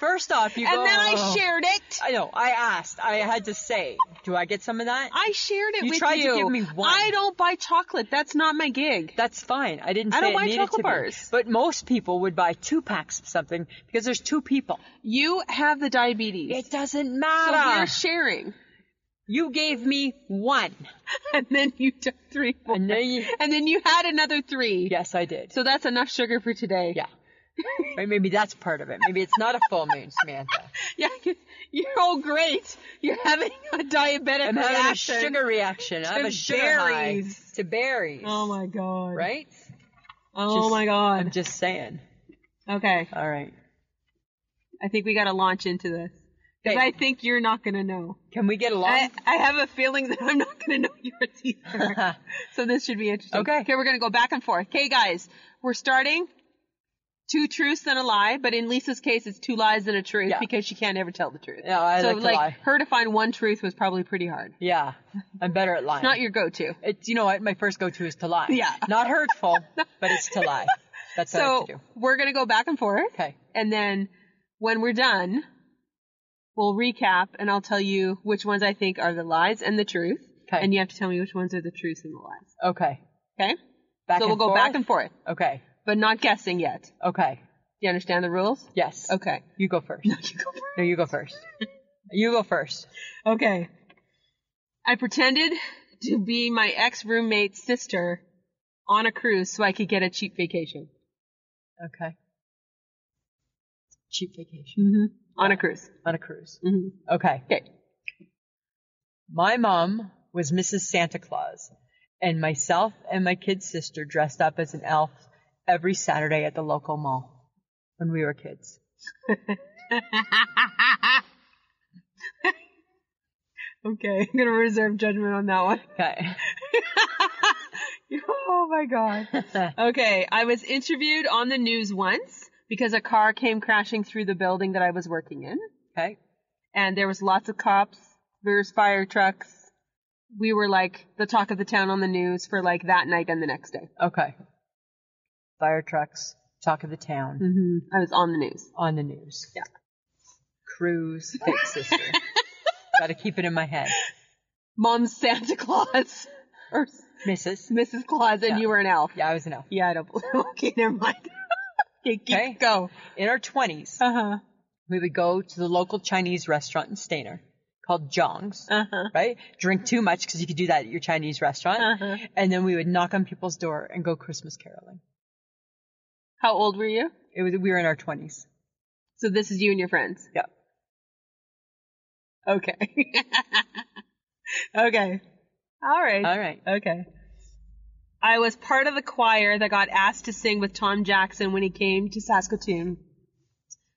D: First off, you
C: And
D: go.
C: then I
D: "Oh."
C: shared it.
D: I know. I asked. I had to say, do I get some of that?
C: I shared it
D: You
C: with
D: tried to
C: you.
D: give me one.
C: I don't buy chocolate. That's not my gig.
D: That's fine. I didn't. Say
C: I don't
D: it
C: buy
D: needed
C: chocolate
D: to be.
C: bars.
D: But most people would buy two packs of something because there's two people.
C: You have the diabetes.
D: It doesn't
C: so
D: matter.
C: we're sharing.
D: you gave me one,
C: And then you took three more.
D: and then you,
C: And then you had another three.
D: yes, I did.
C: So that's enough sugar for today.
D: yeah. Right, maybe that's part of it. Maybe it's not a full moon, Samantha.
C: Yeah, 'cause you're all great. You're having a diabetic
D: I'm having a
C: reaction.
D: sugar reaction. I have a sugar
C: berries.
D: high to berries.
C: Oh my god.
D: Right?
C: Oh
D: Just-
C: my
D: I'm
C: god.
D: just saying.
C: Okay.
D: All right.
C: I think we got to launch into this. Because
D: Okay.
C: I think you're not going to know.
D: Can we get along?
C: I, I have a feeling that I'm not going to know yours either. so this should be interesting.
D: Okay.
C: Okay, we're going to go back and forth. Okay, guys, we're starting two truths and a lie, but in Lisa's case, it's two lies and a truth
D: Yeah.
C: because she can't ever tell the truth.
D: No, I
C: so,
D: like to lie.
C: her to find one truth was probably pretty hard.
D: yeah. I'm better at lying.
C: It's not your go-to.
D: It's you know what my first go to is to lie.
C: Yeah.
D: Not hurtful, but it's to lie. That's what I have
C: So
D: to do.
C: we're going to go back and forth.
D: Okay.
C: And then when we're done, we'll recap and I'll tell you which ones I think are the lies and the truth.
D: 'Kay.
C: And you have to tell me which ones are the truths and the lies.
D: Okay.
C: Okay?
D: Back
C: so
D: and
C: we'll go
D: forth?
C: back and forth,
D: Okay.
C: but not guessing yet. Do
D: Okay.
C: you understand the rules?
D: Yes.
C: Okay.
D: You go first. No, you go first. you go first.
C: Okay. I pretended to be my ex roommate's sister on a cruise so I could get a cheap vacation.
D: Okay. Cheap vacation
C: Mm-hmm. On a cruise.
D: on a cruise.
C: Mm-hmm.
D: Okay.
C: Okay.
D: My mom was Mrs. Santa Claus, and myself and my kid sister dressed up as an elf every Saturday at the local mall when we were kids.
C: Okay, I'm gonna reserve judgment on that one.
D: Okay.
C: oh my god. Okay, I was interviewed on the news once because a car came crashing through the building that I was working in,
D: Okay.
C: and there was lots of cops. There was fire trucks. We were like the talk of the town on the news for like that night and the next day.
D: Okay. Fire trucks, talk of the town,
C: hmm I was on the news.
D: on the news.
C: Yeah.
D: Cruise, big sister. Gotta keep it in my head.
C: Mom's Santa Claus or
D: Mrs.
C: Mrs. Claus, and
D: Yeah.
C: you were an elf.
D: Yeah, I was an elf.
C: Yeah, I don't believe. Okay, never mind. okay, keep,
D: Okay. Uh-huh.
C: go.
D: In our 20s,
C: Uh huh.
D: we would go to the local Chinese restaurant in Stainer called Jong's.
C: Uh huh.
D: right? Drink too much because you could do that at your Chinese restaurant.
C: Uh-huh.
D: And then we would knock on people's door and go Christmas caroling.
C: How old were you?
D: It was we were in our twenties.
C: So this is you and your friends.
D: Yeah.
C: Okay. okay. All right.
D: All right.
C: Okay. I was part of the choir that got asked to sing with Tom Jackson when he came to Saskatoon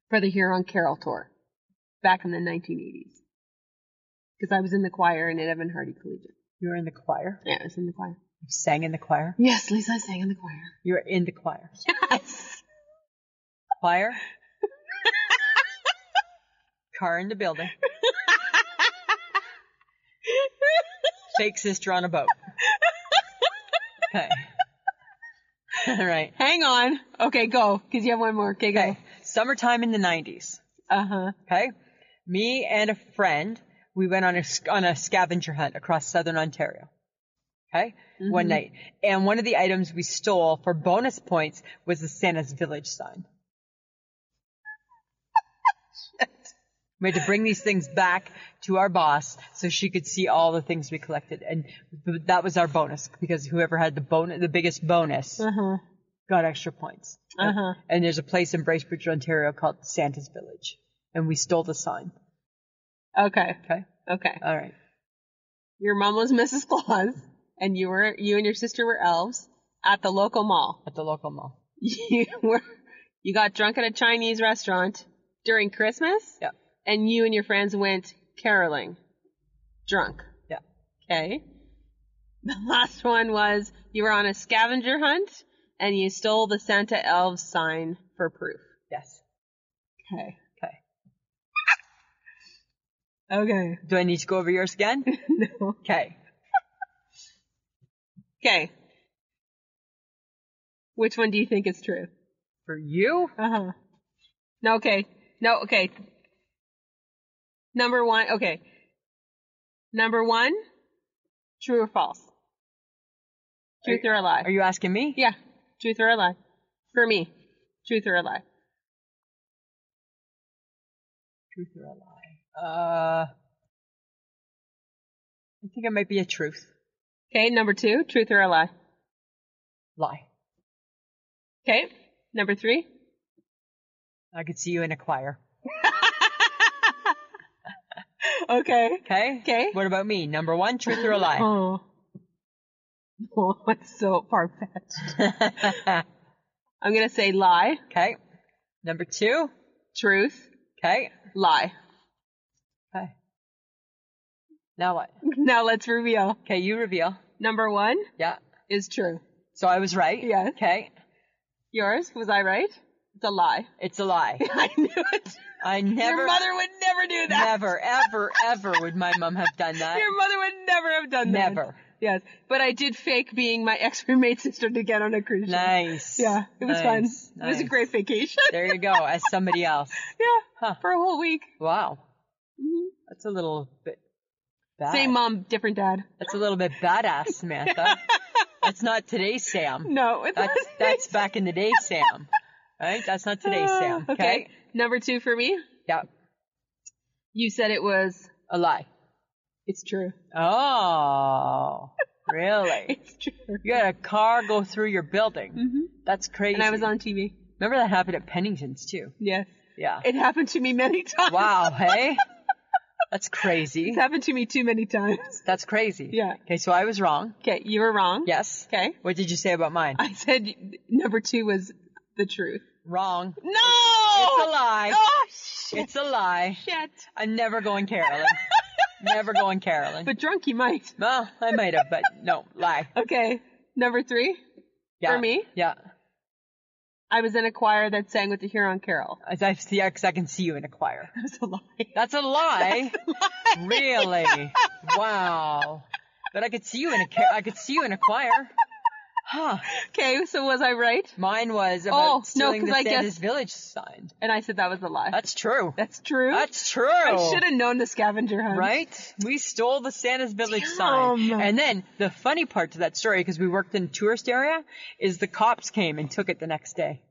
C: for the Huron Carol Tour back in the 1980s. Because I was in the choir in at Evan Hardy Collegiate.
D: You were in the choir.
C: Yeah, I was in the choir.
D: You sang in the choir.
C: Yes, Lisa I sang in the choir.
D: You were in the choir.
C: Yes.
D: Choir. Car in the building. Fake sister on a boat. Okay. All right.
C: Hang on. Okay, go. Because you have one more. Okay, go.
D: Okay. Summertime in the nineties.
C: Uh huh.
D: Okay. Me and a friend, we went on a, sc- on a scavenger hunt across southern Ontario. Okay. One night. And one of the items we stole for bonus points was the Santa's Village sign. We had to bring these things back to our boss so she could see all the things we collected. And th- that was our bonus because whoever had the bonus, the biggest bonus got extra points.
C: Uh-huh.
D: And there's a place in Bracebridge, Ontario called Santa's Village. And we stole the sign.
C: Okay.
D: Okay.
C: Okay.
D: All right.
C: Your mom was Mrs. Claus, and you were you and your sister were elves at the local mall.
D: At the local mall.
C: You were you got drunk at a Chinese restaurant during Christmas,
D: Yeah.
C: and you and your friends went caroling, drunk.
D: Yeah.
C: Okay. The last one was you were on a scavenger hunt and you stole the Santa elf sign for proof.
D: Yes.
C: Okay.
D: Okay.
C: Okay.
D: Do I need to go over yours again?
C: no.
D: Okay.
C: Okay. Which one do you think is true?
D: For you?
C: Uh huh. No, okay. No, okay. Number one, okay. Number one, true or false? Truth or a lie?
D: Are you asking me?
C: yeah, truth or a lie. For me, truth or a lie.
D: Truth or a lie? Uh, I think it might be a truth.
C: Okay, number two, truth or a lie.
D: Lie.
C: Okay, number three.
D: I could see you in a choir.
C: Okay.
D: Okay?
C: Okay.
D: What about me? Number one, truth or a lie?
C: Oh. Oh, it's so far fetched.
D: okay.
C: I'm gonna say lie,
D: Number two?
C: truth,
D: Okay.
C: lie.
D: Okay. Now what?
C: Now let's reveal.
D: Okay, you reveal.
C: Number one
D: Yeah.
C: is true.
D: So I was right?
C: Yes.
D: Okay.
C: Yours? Was I right? It's a lie.
D: It's a lie.
C: I knew it.
D: I never,
C: Your mother would never do that.
D: never, ever, ever would my mom have done that.
C: Your mother would never have done that.
D: Never.
C: Yes. But I did fake being my ex roommate sister to get on a cruise ship.
D: Nice.
C: Yeah. It was fun.
D: Nice.
C: It was a
D: Nice.
C: great vacation.
D: There you go. As somebody else.
C: yeah.
D: Huh.
C: For a whole week.
D: Wow.
C: Mhm.
D: That's a little bit bad.
C: Same mom, different dad.
D: That's a little bit badass, Samantha. that's not today, Sam.
C: No, it's
D: That's that's back in the day, Sam. Right? That's not today, Sam.
C: Uh, Oh, okay. Number two for me.
D: Yeah.
C: You said it was.
D: A lie.
C: It's true.
D: Oh. Really?
C: It's true.
D: You had a car go through your building. That's crazy.
C: Mm-hmm. And I was on TV.
D: Remember that happened at Pennington's too.
C: Yes.
D: Yeah.
C: It happened to me many times.
D: Wow, hey? That's crazy.
C: It's happened to me too many times.
D: That's crazy.
C: Yeah.
D: Okay, so I was wrong.
C: Okay, you were wrong.
D: Yes.
C: Okay.
D: What did you say about mine?
C: I said number two was the truth.
D: wrong.
C: No!
D: It's a lie.
C: Oh, shit.
D: It's a lie.
C: shit.
D: I'm never going caroling. Never going caroling.
C: But drunk you might.
D: well, I might have, but no, lie.
C: Okay. Number three,
D: Yeah.
C: For me?
D: Yeah.
C: I was in a choir that sang with the Huron Carol.
D: I, I see, I, 'cause I can see you in a choir.
C: That's a lie.
D: That's a lie. Really? wow. But I could see you in a ca- I could see you in a choir. Huh.
C: Okay, so was I right?
D: Mine was about
C: Oh, no,
D: stealing
C: 'cause
D: the
C: I guess-
D: Sanders Village sign.
C: And I said that was a lie.
D: That's true.
C: That's true.
D: That's true.
C: I should have known the scavenger hunt.
D: Right? We stole the Santa's Village sign.
C: Damn.
D: And then the funny part to that story, because we worked in a tourist area, is the cops came and took it the next day.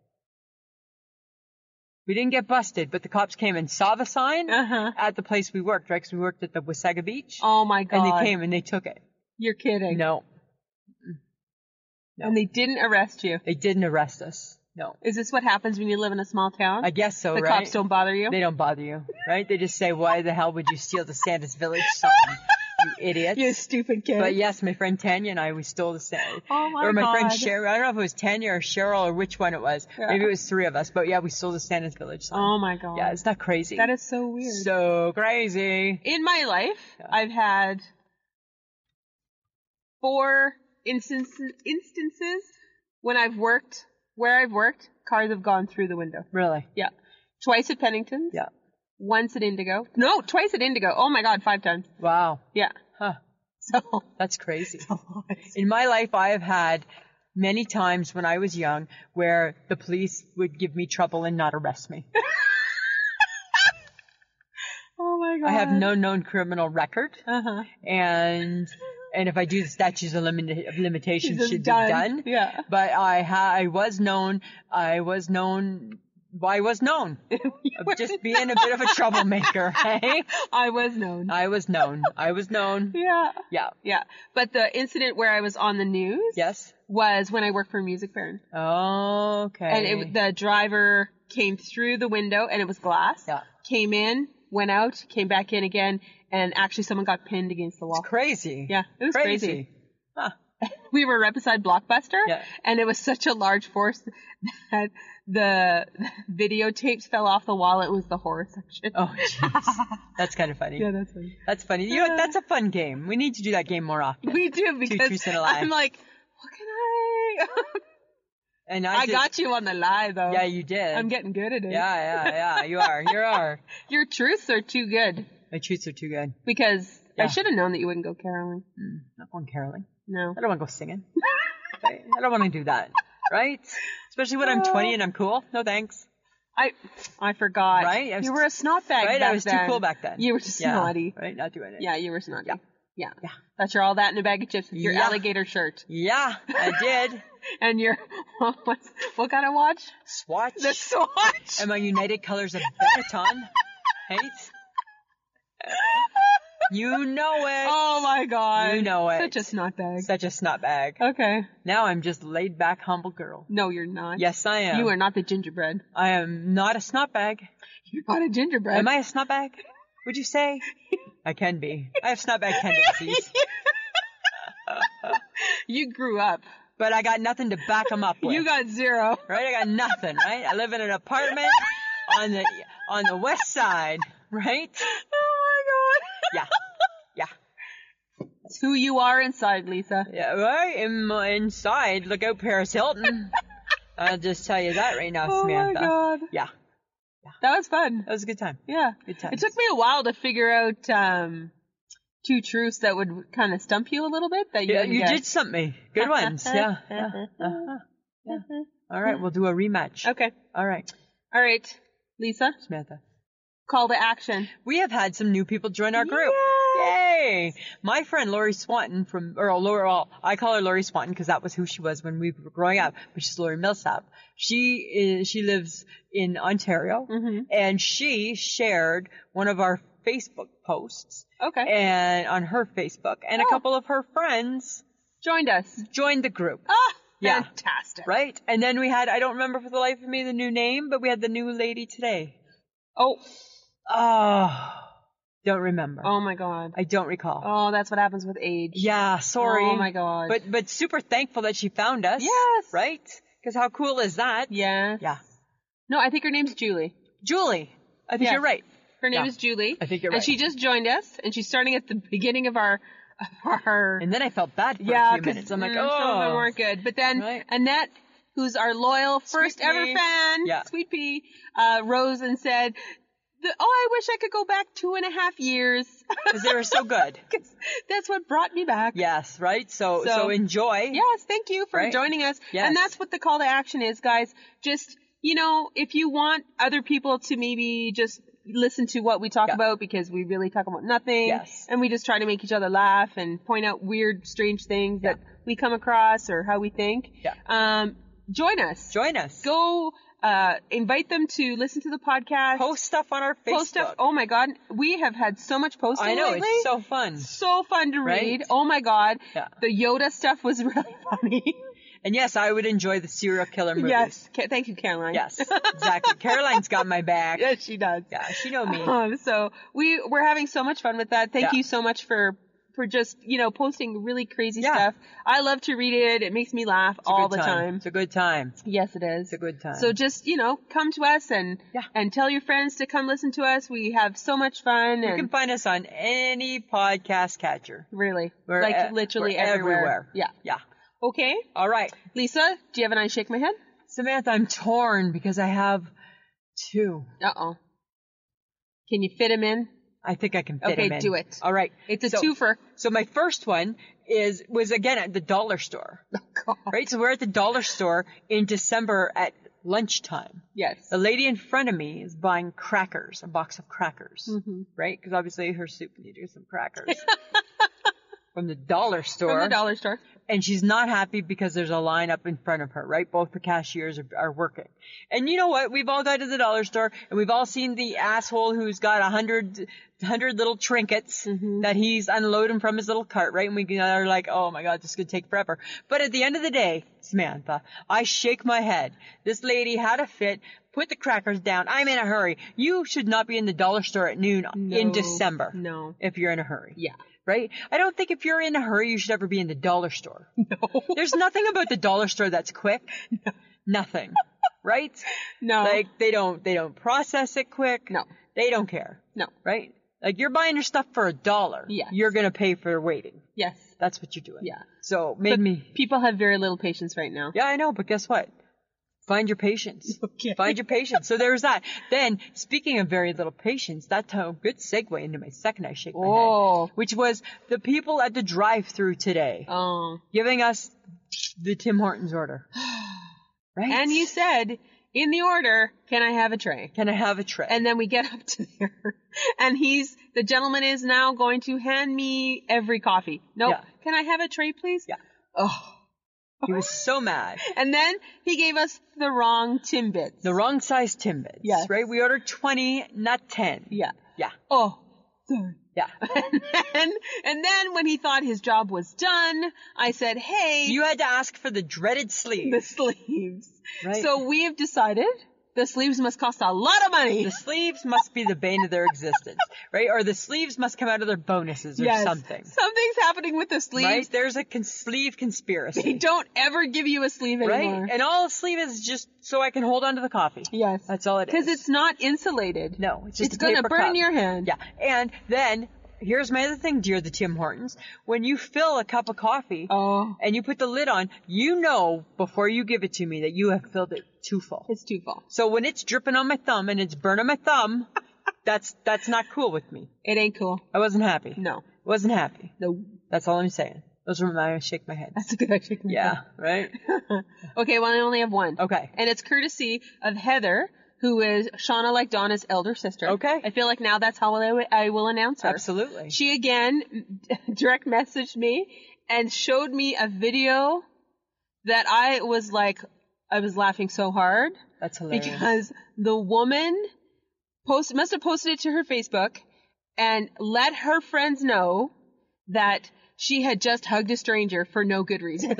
D: We didn't get busted, but the cops came and saw the sign
C: Uh-huh.
D: at the place we worked, right? Because we worked at the Wasaga Beach.
C: Oh my god.
D: and they came and they took it.
C: You're kidding.
D: No,
C: And they didn't arrest you.
D: they didn't arrest us. No.
C: Is this what happens when you live in a small town?
D: I guess so,
C: the
D: right?
C: cops don't bother you.
D: They don't bother you, right? They just say, why the hell would you steal the Santa's Village sign, you idiots?
C: you stupid kid.
D: But yes, my friend Tanya and I, we stole the same.
C: Oh my
D: Or my friend
C: God.
D: Cheryl. I don't know if it was Tanya or Cheryl or which one it was.
C: Yeah.
D: Maybe it was three of us. But yeah, we stole the Santa's Village sign.
C: oh my god.
D: Yeah, it's not crazy.
C: that is so weird.
D: so crazy.
C: in my life, I've had four instances instances when I've worked where I've worked, cars have gone through the window.
D: Really?
C: Yeah. Twice at Pennington's.
D: Yeah.
C: Once at Indigo. No, twice at Indigo. Oh my god, five times.
D: Wow.
C: Yeah.
D: Huh.
C: So oh
D: That's crazy. In my life, I have had many times when I was young where the police would give me trouble and not arrest me.
C: Oh my god.
D: I have no known criminal record.
C: uh-huh.
D: and and if I do the statutes of, limit- of limitation
C: It's
D: should
C: done.
D: be done.
C: Yeah.
D: But I ha- I was known I was known well, I was known of just being a bit of a troublemaker. Hey?
C: I was known.
D: I was known. I was known.
C: yeah.
D: Yeah.
C: Yeah. But the incident where I was on the news
D: Yes.
C: was when I worked for Music Fair.
D: Okay.
C: And it, the driver came through the window and it was glass.
D: Yeah.
C: Came in, went out, came back in again, and actually someone got pinned against the wall.
D: crazy.
C: Yeah, it was crazy.
D: Huh.
C: we were right beside Blockbuster,
D: Yeah.
C: and it was such a large force that the videotapes fell off the wall. It was the horror section.
D: Oh, jeez. that's kind of funny.
C: Yeah, that's funny.
D: That's funny. You know, what? that's a fun game. We need to do that game more often.
C: Uh. We do because
D: truths and a lie.
C: I'm like, what can I?
D: And I,
C: I
D: did-
C: got you on the lie though.
D: Yeah, you did.
C: I'm getting good at it.
D: Yeah, yeah, yeah. You are. You are.
C: Your truths are too good
D: My truths are too good.
C: because
D: Yeah.
C: I should have known that you wouldn't go caroling.
D: Not going caroling.
C: No.
D: I don't want to go singing. Right? I don't want to do that. Right? Especially when I'm 20 and I'm cool. No thanks.
C: I I forgot.
D: Right? I was-
C: you were a snot bag.
D: Right? I
C: back
D: was
C: then.
D: too cool back then.
C: You were just
D: yeah.
C: snotty.
D: Right? Not doing it.
C: Yeah, you were snotty. Yeah. Yeah.
D: Yeah.
C: That's your all that in a bag of chips. Your
D: Yeah.
C: alligator shirt.
D: Yeah, I did.
C: And your what's what kind of watch?
D: Swatch.
C: The swatch.
D: and my United Colors of Benetton. Right? You know it.
C: Oh my god.
D: You know it.
C: Such a snot bag.
D: Such a snot bag.
C: Okay.
D: Now I'm just laid back, humble girl.
C: No, you're not.
D: Yes, I am.
C: You are not the gingerbread.
D: I am not a snot bag.
C: You're not a gingerbread.
D: Am I a snotbag? Would you say? I can be. I have snotbag tendencies,
C: You grew up.
D: but I got nothing to back them up with.
C: You got zero.
D: right? I got nothing. Right? I live in an apartment on the on the west side. Right?
C: Oh my
D: Yeah, yeah,
C: god. It's who you are inside, Lisa.
D: yeah. Right? In my inside, look out, Paris Hilton. I'll just tell you that right now,
C: Oh my
D: Samantha. Uh,
C: god.
D: Yeah,
C: That was fun.
D: that was a good time.
C: Yeah.
D: Good times.
C: It took me a while to figure out um, two truths that would kind of stump you a little bit. That you
D: Yeah,
C: didn't
D: you
C: get.
D: did something. me. Good ones. Yeah, yeah, uh-huh, yeah. All right, we'll do a rematch.
C: Okay.
D: All right,
C: All right, Lisa.
D: Samantha.
C: Call to action.
D: we have had some new people join our group. Yay! My friend Lori Swanton from, or Lori, well, I call her Lori Swanton because that was who she was when we were growing up, but she's Lori Millsap. She is, she lives in Ontario and she shared one of our Facebook posts
C: Okay.
D: and on her Facebook and a couple of her friends
C: Joined us.
D: joined the group.
C: Ah,
D: Yeah.
C: fantastic.
D: Right? And then we had, I don't remember for the life of me the new name, but we had the new lady today.
C: Oh,
D: Oh, don't remember.
C: oh my God.
D: I don't recall.
C: Oh, that's what happens with age.
D: Yeah, sorry.
C: Oh my God.
D: But but super thankful that she found us.
C: Yes.
D: Right? Because how cool is that?
C: yeah.
D: Yeah.
C: No, I think her name's Julie.
D: Julie, I think
C: Yes.
D: you're right.
C: Her name
D: Yeah.
C: is Julie.
D: I think you're
C: And
D: right.
C: she just joined us, and she's starting at the beginning of our of our
D: And then I felt bad for a
C: yeah,
D: few minutes. I'm like,
C: mm,
D: oh,
C: some of them weren't good. But then
D: Right.
C: Annette, who's our loyal first
D: Sweet
C: ever
D: pea.
C: fan,
D: Yeah.
C: Sweet Pea, uh, rose and said, "The- "Oh, I wish I could go back two and a half years.
D: because they were so good.
C: 'Cause that's what brought me back."
D: Yes, right. So so,
C: So-
D: enjoy.
C: Yes, thank you for
D: Right.
C: joining us.
D: Yes.
C: And that's what the call to action is, guys. Just, you know, if you want other people to maybe just listen to what we talk
D: Yeah.
C: about because we really talk about nothing
D: Yes.
C: and we just try to make each other laugh and point out weird strange things that we come across or how we think
D: Yeah.
C: um join us
D: Join us.
C: go uh invite them to listen to the podcast
D: post stuff on our Facebook.
C: post stuff oh my god we have had so much posting
D: I know
C: lately
D: it's so fun.
C: so fun to
D: Right?
C: read oh my god
D: Yeah.
C: the yoda stuff was really funny
D: And yes, I would enjoy the serial killer movies.
C: Yes. Ca- thank you, Caroline.
D: Yes, exactly. Caroline's got my back.
C: yes, she does.
D: Yeah, she know me.
C: Um, so we we're having so much fun with that. Thank
D: Yeah.
C: you so much for for just you know posting really crazy
D: Yeah.
C: stuff. I love to read it. It makes me laugh
D: It's a
C: all
D: good
C: the time.
D: It's a good time.
C: Yes, it is.
D: It's a good time.
C: So just you know, come to us and
D: Yeah.
C: and tell your friends to come listen to us. We have so much fun
D: you
C: and
D: can find us on any podcast catcher.
C: really
D: We're
C: like
D: e-
C: literally
D: we're
C: everywhere.
D: everywhere.
C: Yeah.
D: Yeah.
C: Okay,
D: All right,
C: Lisa, do you have an I shake my head?
D: Samantha, I'm torn because I have two.
C: Uh oh. Can you fit him in?
D: I think I can fit
C: Okay,
D: 'em in.
C: do it.
D: All right,
C: It's a
D: So-
C: twofer.
D: So my first one is was again at the dollar store,
C: Oh, God.
D: right? So we're at the dollar store in December at lunchtime.
C: Yes.
D: The lady in front of me is buying crackers, a box of crackers,
C: Mm-hmm.
D: right? Because obviously her soup needed some crackers from the dollar store,
C: From the dollar store.
D: and she's not happy because there's a line up in front of her, right? Both the cashiers are, are working, and you know what? We've all gone to the dollar store, and we've all seen the asshole who's got a hundred, hundred little trinkets
C: Mm-hmm.
D: that he's unloading from his little cart, right? And we are like, oh my god, this could take forever. But at the end of the day, Samantha, I shake my head. This lady had a fit. Put the crackers down. I'm in a hurry. You should not be in the dollar store at noon in
C: No.
D: December.
C: No.
D: If you're in a hurry.
C: Yeah.
D: Right? I don't think if you're in a hurry, you should ever be in the dollar store. No. There's nothing about the dollar store that's quick. Nothing. Right?
C: No.
D: Like they don't they don't process it quick.
C: No.
D: They don't care.
C: No.
D: Right? Like you're buying your stuff for a dollar.
C: Yes.
D: You're gonna pay for waiting.
C: Yes.
D: That's what you're doing.
C: Yeah.
D: So made
C: But
D: me
C: People have very little patience right now.
D: Yeah, I know, but guess what? Find your patience.
C: Okay.
D: Find your patience. So there's that. Then, speaking of very little patience, that's a good segue into my second I shake my
C: Oh.
D: head, which was the people at the drive-through today
C: Oh.
D: giving us the Tim Hortons order. Right?
C: And you said in the order, "Can I have a tray?"
D: can I have a tray?
C: And then we get up to there, and he's the gentleman is now going to hand me every coffee. Nope.
D: Yeah.
C: Can I have a tray, please?
D: Yeah.
C: Oh.
D: he was so mad.
C: And then he gave us the wrong timbits.
D: The wrong size Timbits.
C: Yes.
D: Right? We ordered 20, not 10.
C: yeah.
D: Yeah.
C: Oh. Sorry.
D: Yeah.
C: and, and then when he thought his job was done, I said, "Hey,
D: you had to ask for the dreaded sleeve.
C: the sleeves."
D: Right.
C: So we have decided the sleeves must cost a lot of money.
D: the sleeves must be the bane of their existence, right? Or the sleeves must come out of their bonuses or something.
C: Something's happening with the sleeves.
D: Right? There's a con- sleeve
C: They
D: conspiracy,
C: don't ever give you a sleeve
D: right?
C: anymore.
D: And all a sleeve is just so I can hold on to the coffee.
C: yes.
D: That's all it is.
C: Because it's not insulated.
D: No, it's just
C: It's
D: a
C: gonna
D: paper
C: burn
D: cup.
C: your hand.
D: Yeah, and then here's my other thing, dear the Tim Hortons. When you fill a cup of coffee
C: Oh.
D: and you put the lid on, you know before you give it to me that you have filled it too full.
C: It's too full.
D: So when it's dripping on my thumb and it's burning my thumb, that's that's not cool with me.
C: It ain't cool.
D: I wasn't happy.
C: No.
D: wasn't happy.
C: No.
D: That's all I'm saying. Those were my shake my head.
C: That's a good idea.
D: Yeah, right.
C: Okay, well, I only have one.
D: Okay.
C: And it's courtesy of Heather, who is Shauna like Donna's elder sister.
D: Okay.
C: I feel like now that's how I, I will announce her.
D: Absolutely.
C: She again direct messaged me and showed me a video that I was like, I was laughing so hard
D: That's hilarious.
C: because the woman post must have posted it to her Facebook and let her friends know that she had just hugged a stranger for no good reason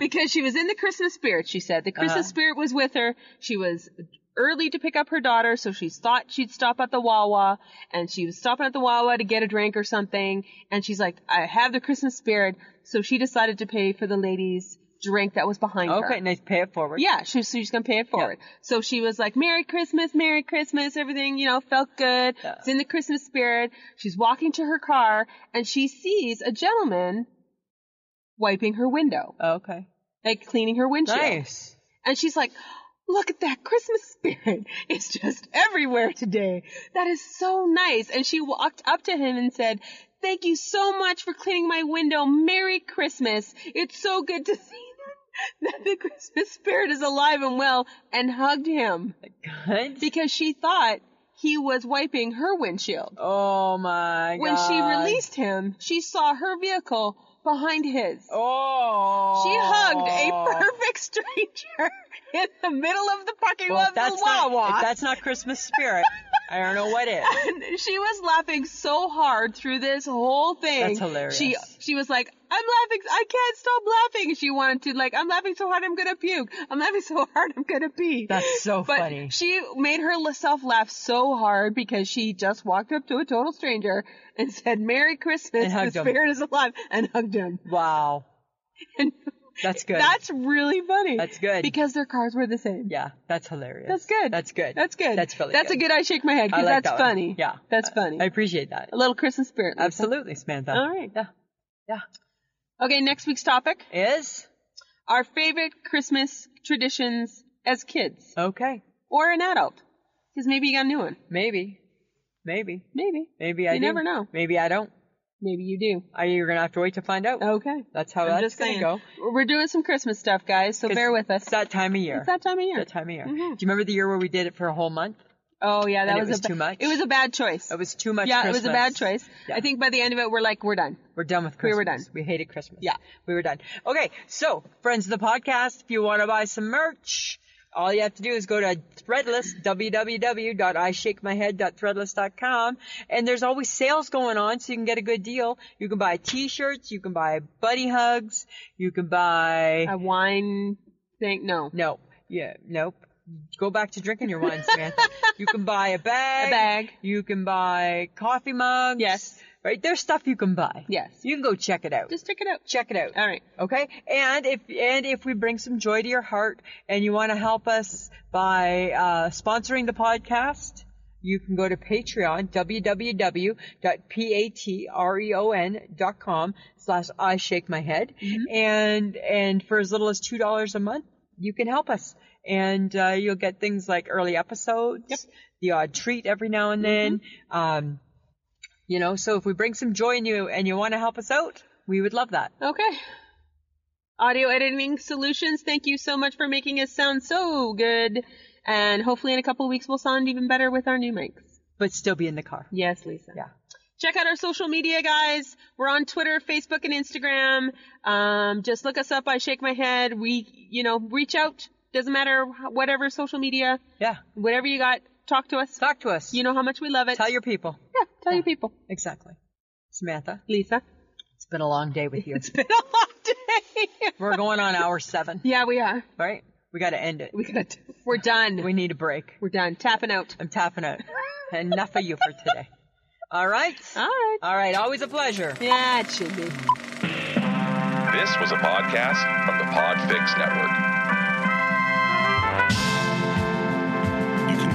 C: because she was in the Christmas spirit, she said. The
D: Uh-huh.
C: Christmas spirit was with her. She was early to pick up her daughter, so she thought she'd stop at the Wawa, and she was stopping at the Wawa to get a drink or something. And she's like, I have the Christmas spirit, so she decided to pay for the lady's drink that was behind her.
D: Okay, nice. Pay it forward.
C: Yeah, she was, she's gonna pay it forward. So she was like, "Merry Christmas, Merry Christmas." Everything, you know, felt good.
D: Yeah.
C: It's in the Christmas spirit. She's walking to her car and she sees a gentleman wiping her window,
D: Okay.
C: like cleaning her windshield.
D: Nice.
C: And she's like, "Look at that Christmas spirit. It's just everywhere today. That is so nice." And she walked up to him and said. Thank you so much for cleaning my window. Merry Christmas. It's so good to see that the Christmas spirit is alive and well and hugged him
D: Good.
C: because she thought he was wiping her windshield.
D: Oh my god.
C: When she released him, she saw her vehicle behind his.
D: Oh.
C: She hugged a perfect stranger in the middle of the parking
D: Well,
C: lot
D: if
C: of the
D: that's not,
C: Wawa.
D: if that's not Christmas spirit, I don't know what is.
C: And she was laughing so hard through this whole thing.
D: That's hilarious.
C: She she was like, I'm laughing. I can't stop laughing. She wanted to like, I'm laughing so hard I'm gonna puke. I'm laughing so hard I'm gonna pee.
D: That's so
C: but
D: funny.
C: She made herself laugh so hard because she just walked up to a total stranger and said, "Merry Christmas."
D: And
C: The
D: hugged him.
C: spirit is alive, and hugged him.
D: Wow.
C: And
D: That's good.
C: That's really funny.
D: That's good.
C: because their cars were the same.
D: yeah, that's hilarious.
C: That's good.
D: That's good.
C: That's good.
D: That's really
C: That's
D: good.
C: a good. I shake my head
D: I
C: because
D: like
C: that's
D: that one.
C: funny.
D: Yeah.
C: that's
D: I-
C: funny.
D: I appreciate that.
C: a little Christmas spirit. Lisa.
D: Absolutely, Samantha.
C: All right.
D: Yeah. Yeah.
C: Okay, next week's topic
D: Is
C: our favorite Christmas traditions as kids
D: okay.
C: or an adult. Because maybe you got a new one.
D: Maybe. Maybe.
C: Maybe.
D: Maybe I
C: You
D: do.
C: never know.
D: Maybe I don't.
C: Maybe you do.
D: I, you're gonna have to wait to find out.
C: Okay.
D: That's how
C: Oh, I'm
D: that's
C: just
D: gonna
C: saying.
D: go.
C: We're doing some Christmas stuff, guys, so
D: 'Cause
C: bear with us.
D: It's that time of year.
C: It's that time of year. Mm-hmm.
D: That time of year. Do you remember the year where we did it for a whole month?
C: Oh, yeah, that
D: And it was
C: a ba-
D: too much?
C: It was a bad choice.
D: It was too much.
C: yeah, it was a bad
D: Christmas.
C: choice.
D: Yeah.
C: I think by the end of it, we're like, we're done.
D: We're done with
C: We
D: Christmas.
C: were done.
D: We hated Christmas.
C: Yeah.
D: We were done. Okay, so friends of the podcast, if you want to buy some merch, all you have to do is go to threadless, www.ishakemyhead.threadless.com, and there's always sales going on, so you can get a good deal. You can buy t-shirts, you can buy buddy hugs, you can buy,
C: A wine thing? No.
D: no, yeah, nope. Go back to drinking your wine, Samantha. you can buy a bag.
C: A bag.
D: You can buy coffee mugs.
C: Yes.
D: Right? There's stuff you can buy.
C: Yes.
D: You can go check it out.
C: Just check it out.
D: check it out.
C: All right.
D: Okay. And if and if we bring some joy to your heart, and you want to help us by uh, sponsoring the podcast, you can go to Patreon e www.patreon.com slash I shake my head, and and for as little as two dollars a month, you can help us. And uh, you'll get things like early episodes, the odd treat every now and then. Um, you know, so if we bring some joy in you and you want to help us out, we would love that.
C: Okay. Audio editing solutions, thank you so much for making us sound so good. And hopefully, in a couple of weeks, we'll sound even better with our new mics.
D: but still be in the car.
C: Yes, Lisa.
D: Yeah.
C: Check out our social media, guys. We're on Twitter, Facebook, and Instagram. Um, just look us up. I shake my head. We, you know, reach out. Doesn't matter wh- whatever social media,
D: Yeah.
C: whatever you got. Talk to us.
D: Talk to us.
C: You know how much we love it.
D: tell your people.
C: yeah, tell your people.
D: Exactly. Samantha,
C: Lisa.
D: it's been a long day with you.
C: It's been a long day.
D: We're going on hour seven,
C: yeah, we are.
D: right? We got to end it.
C: We got. We're done.
D: We need a break.
C: We're done. Tapping out.
D: I'm tapping out. Enough of you for today. All right.
C: All right.
D: All right. Always a pleasure.
C: Yeah, it should be.
E: This was a podcast from the Podfix Network. You can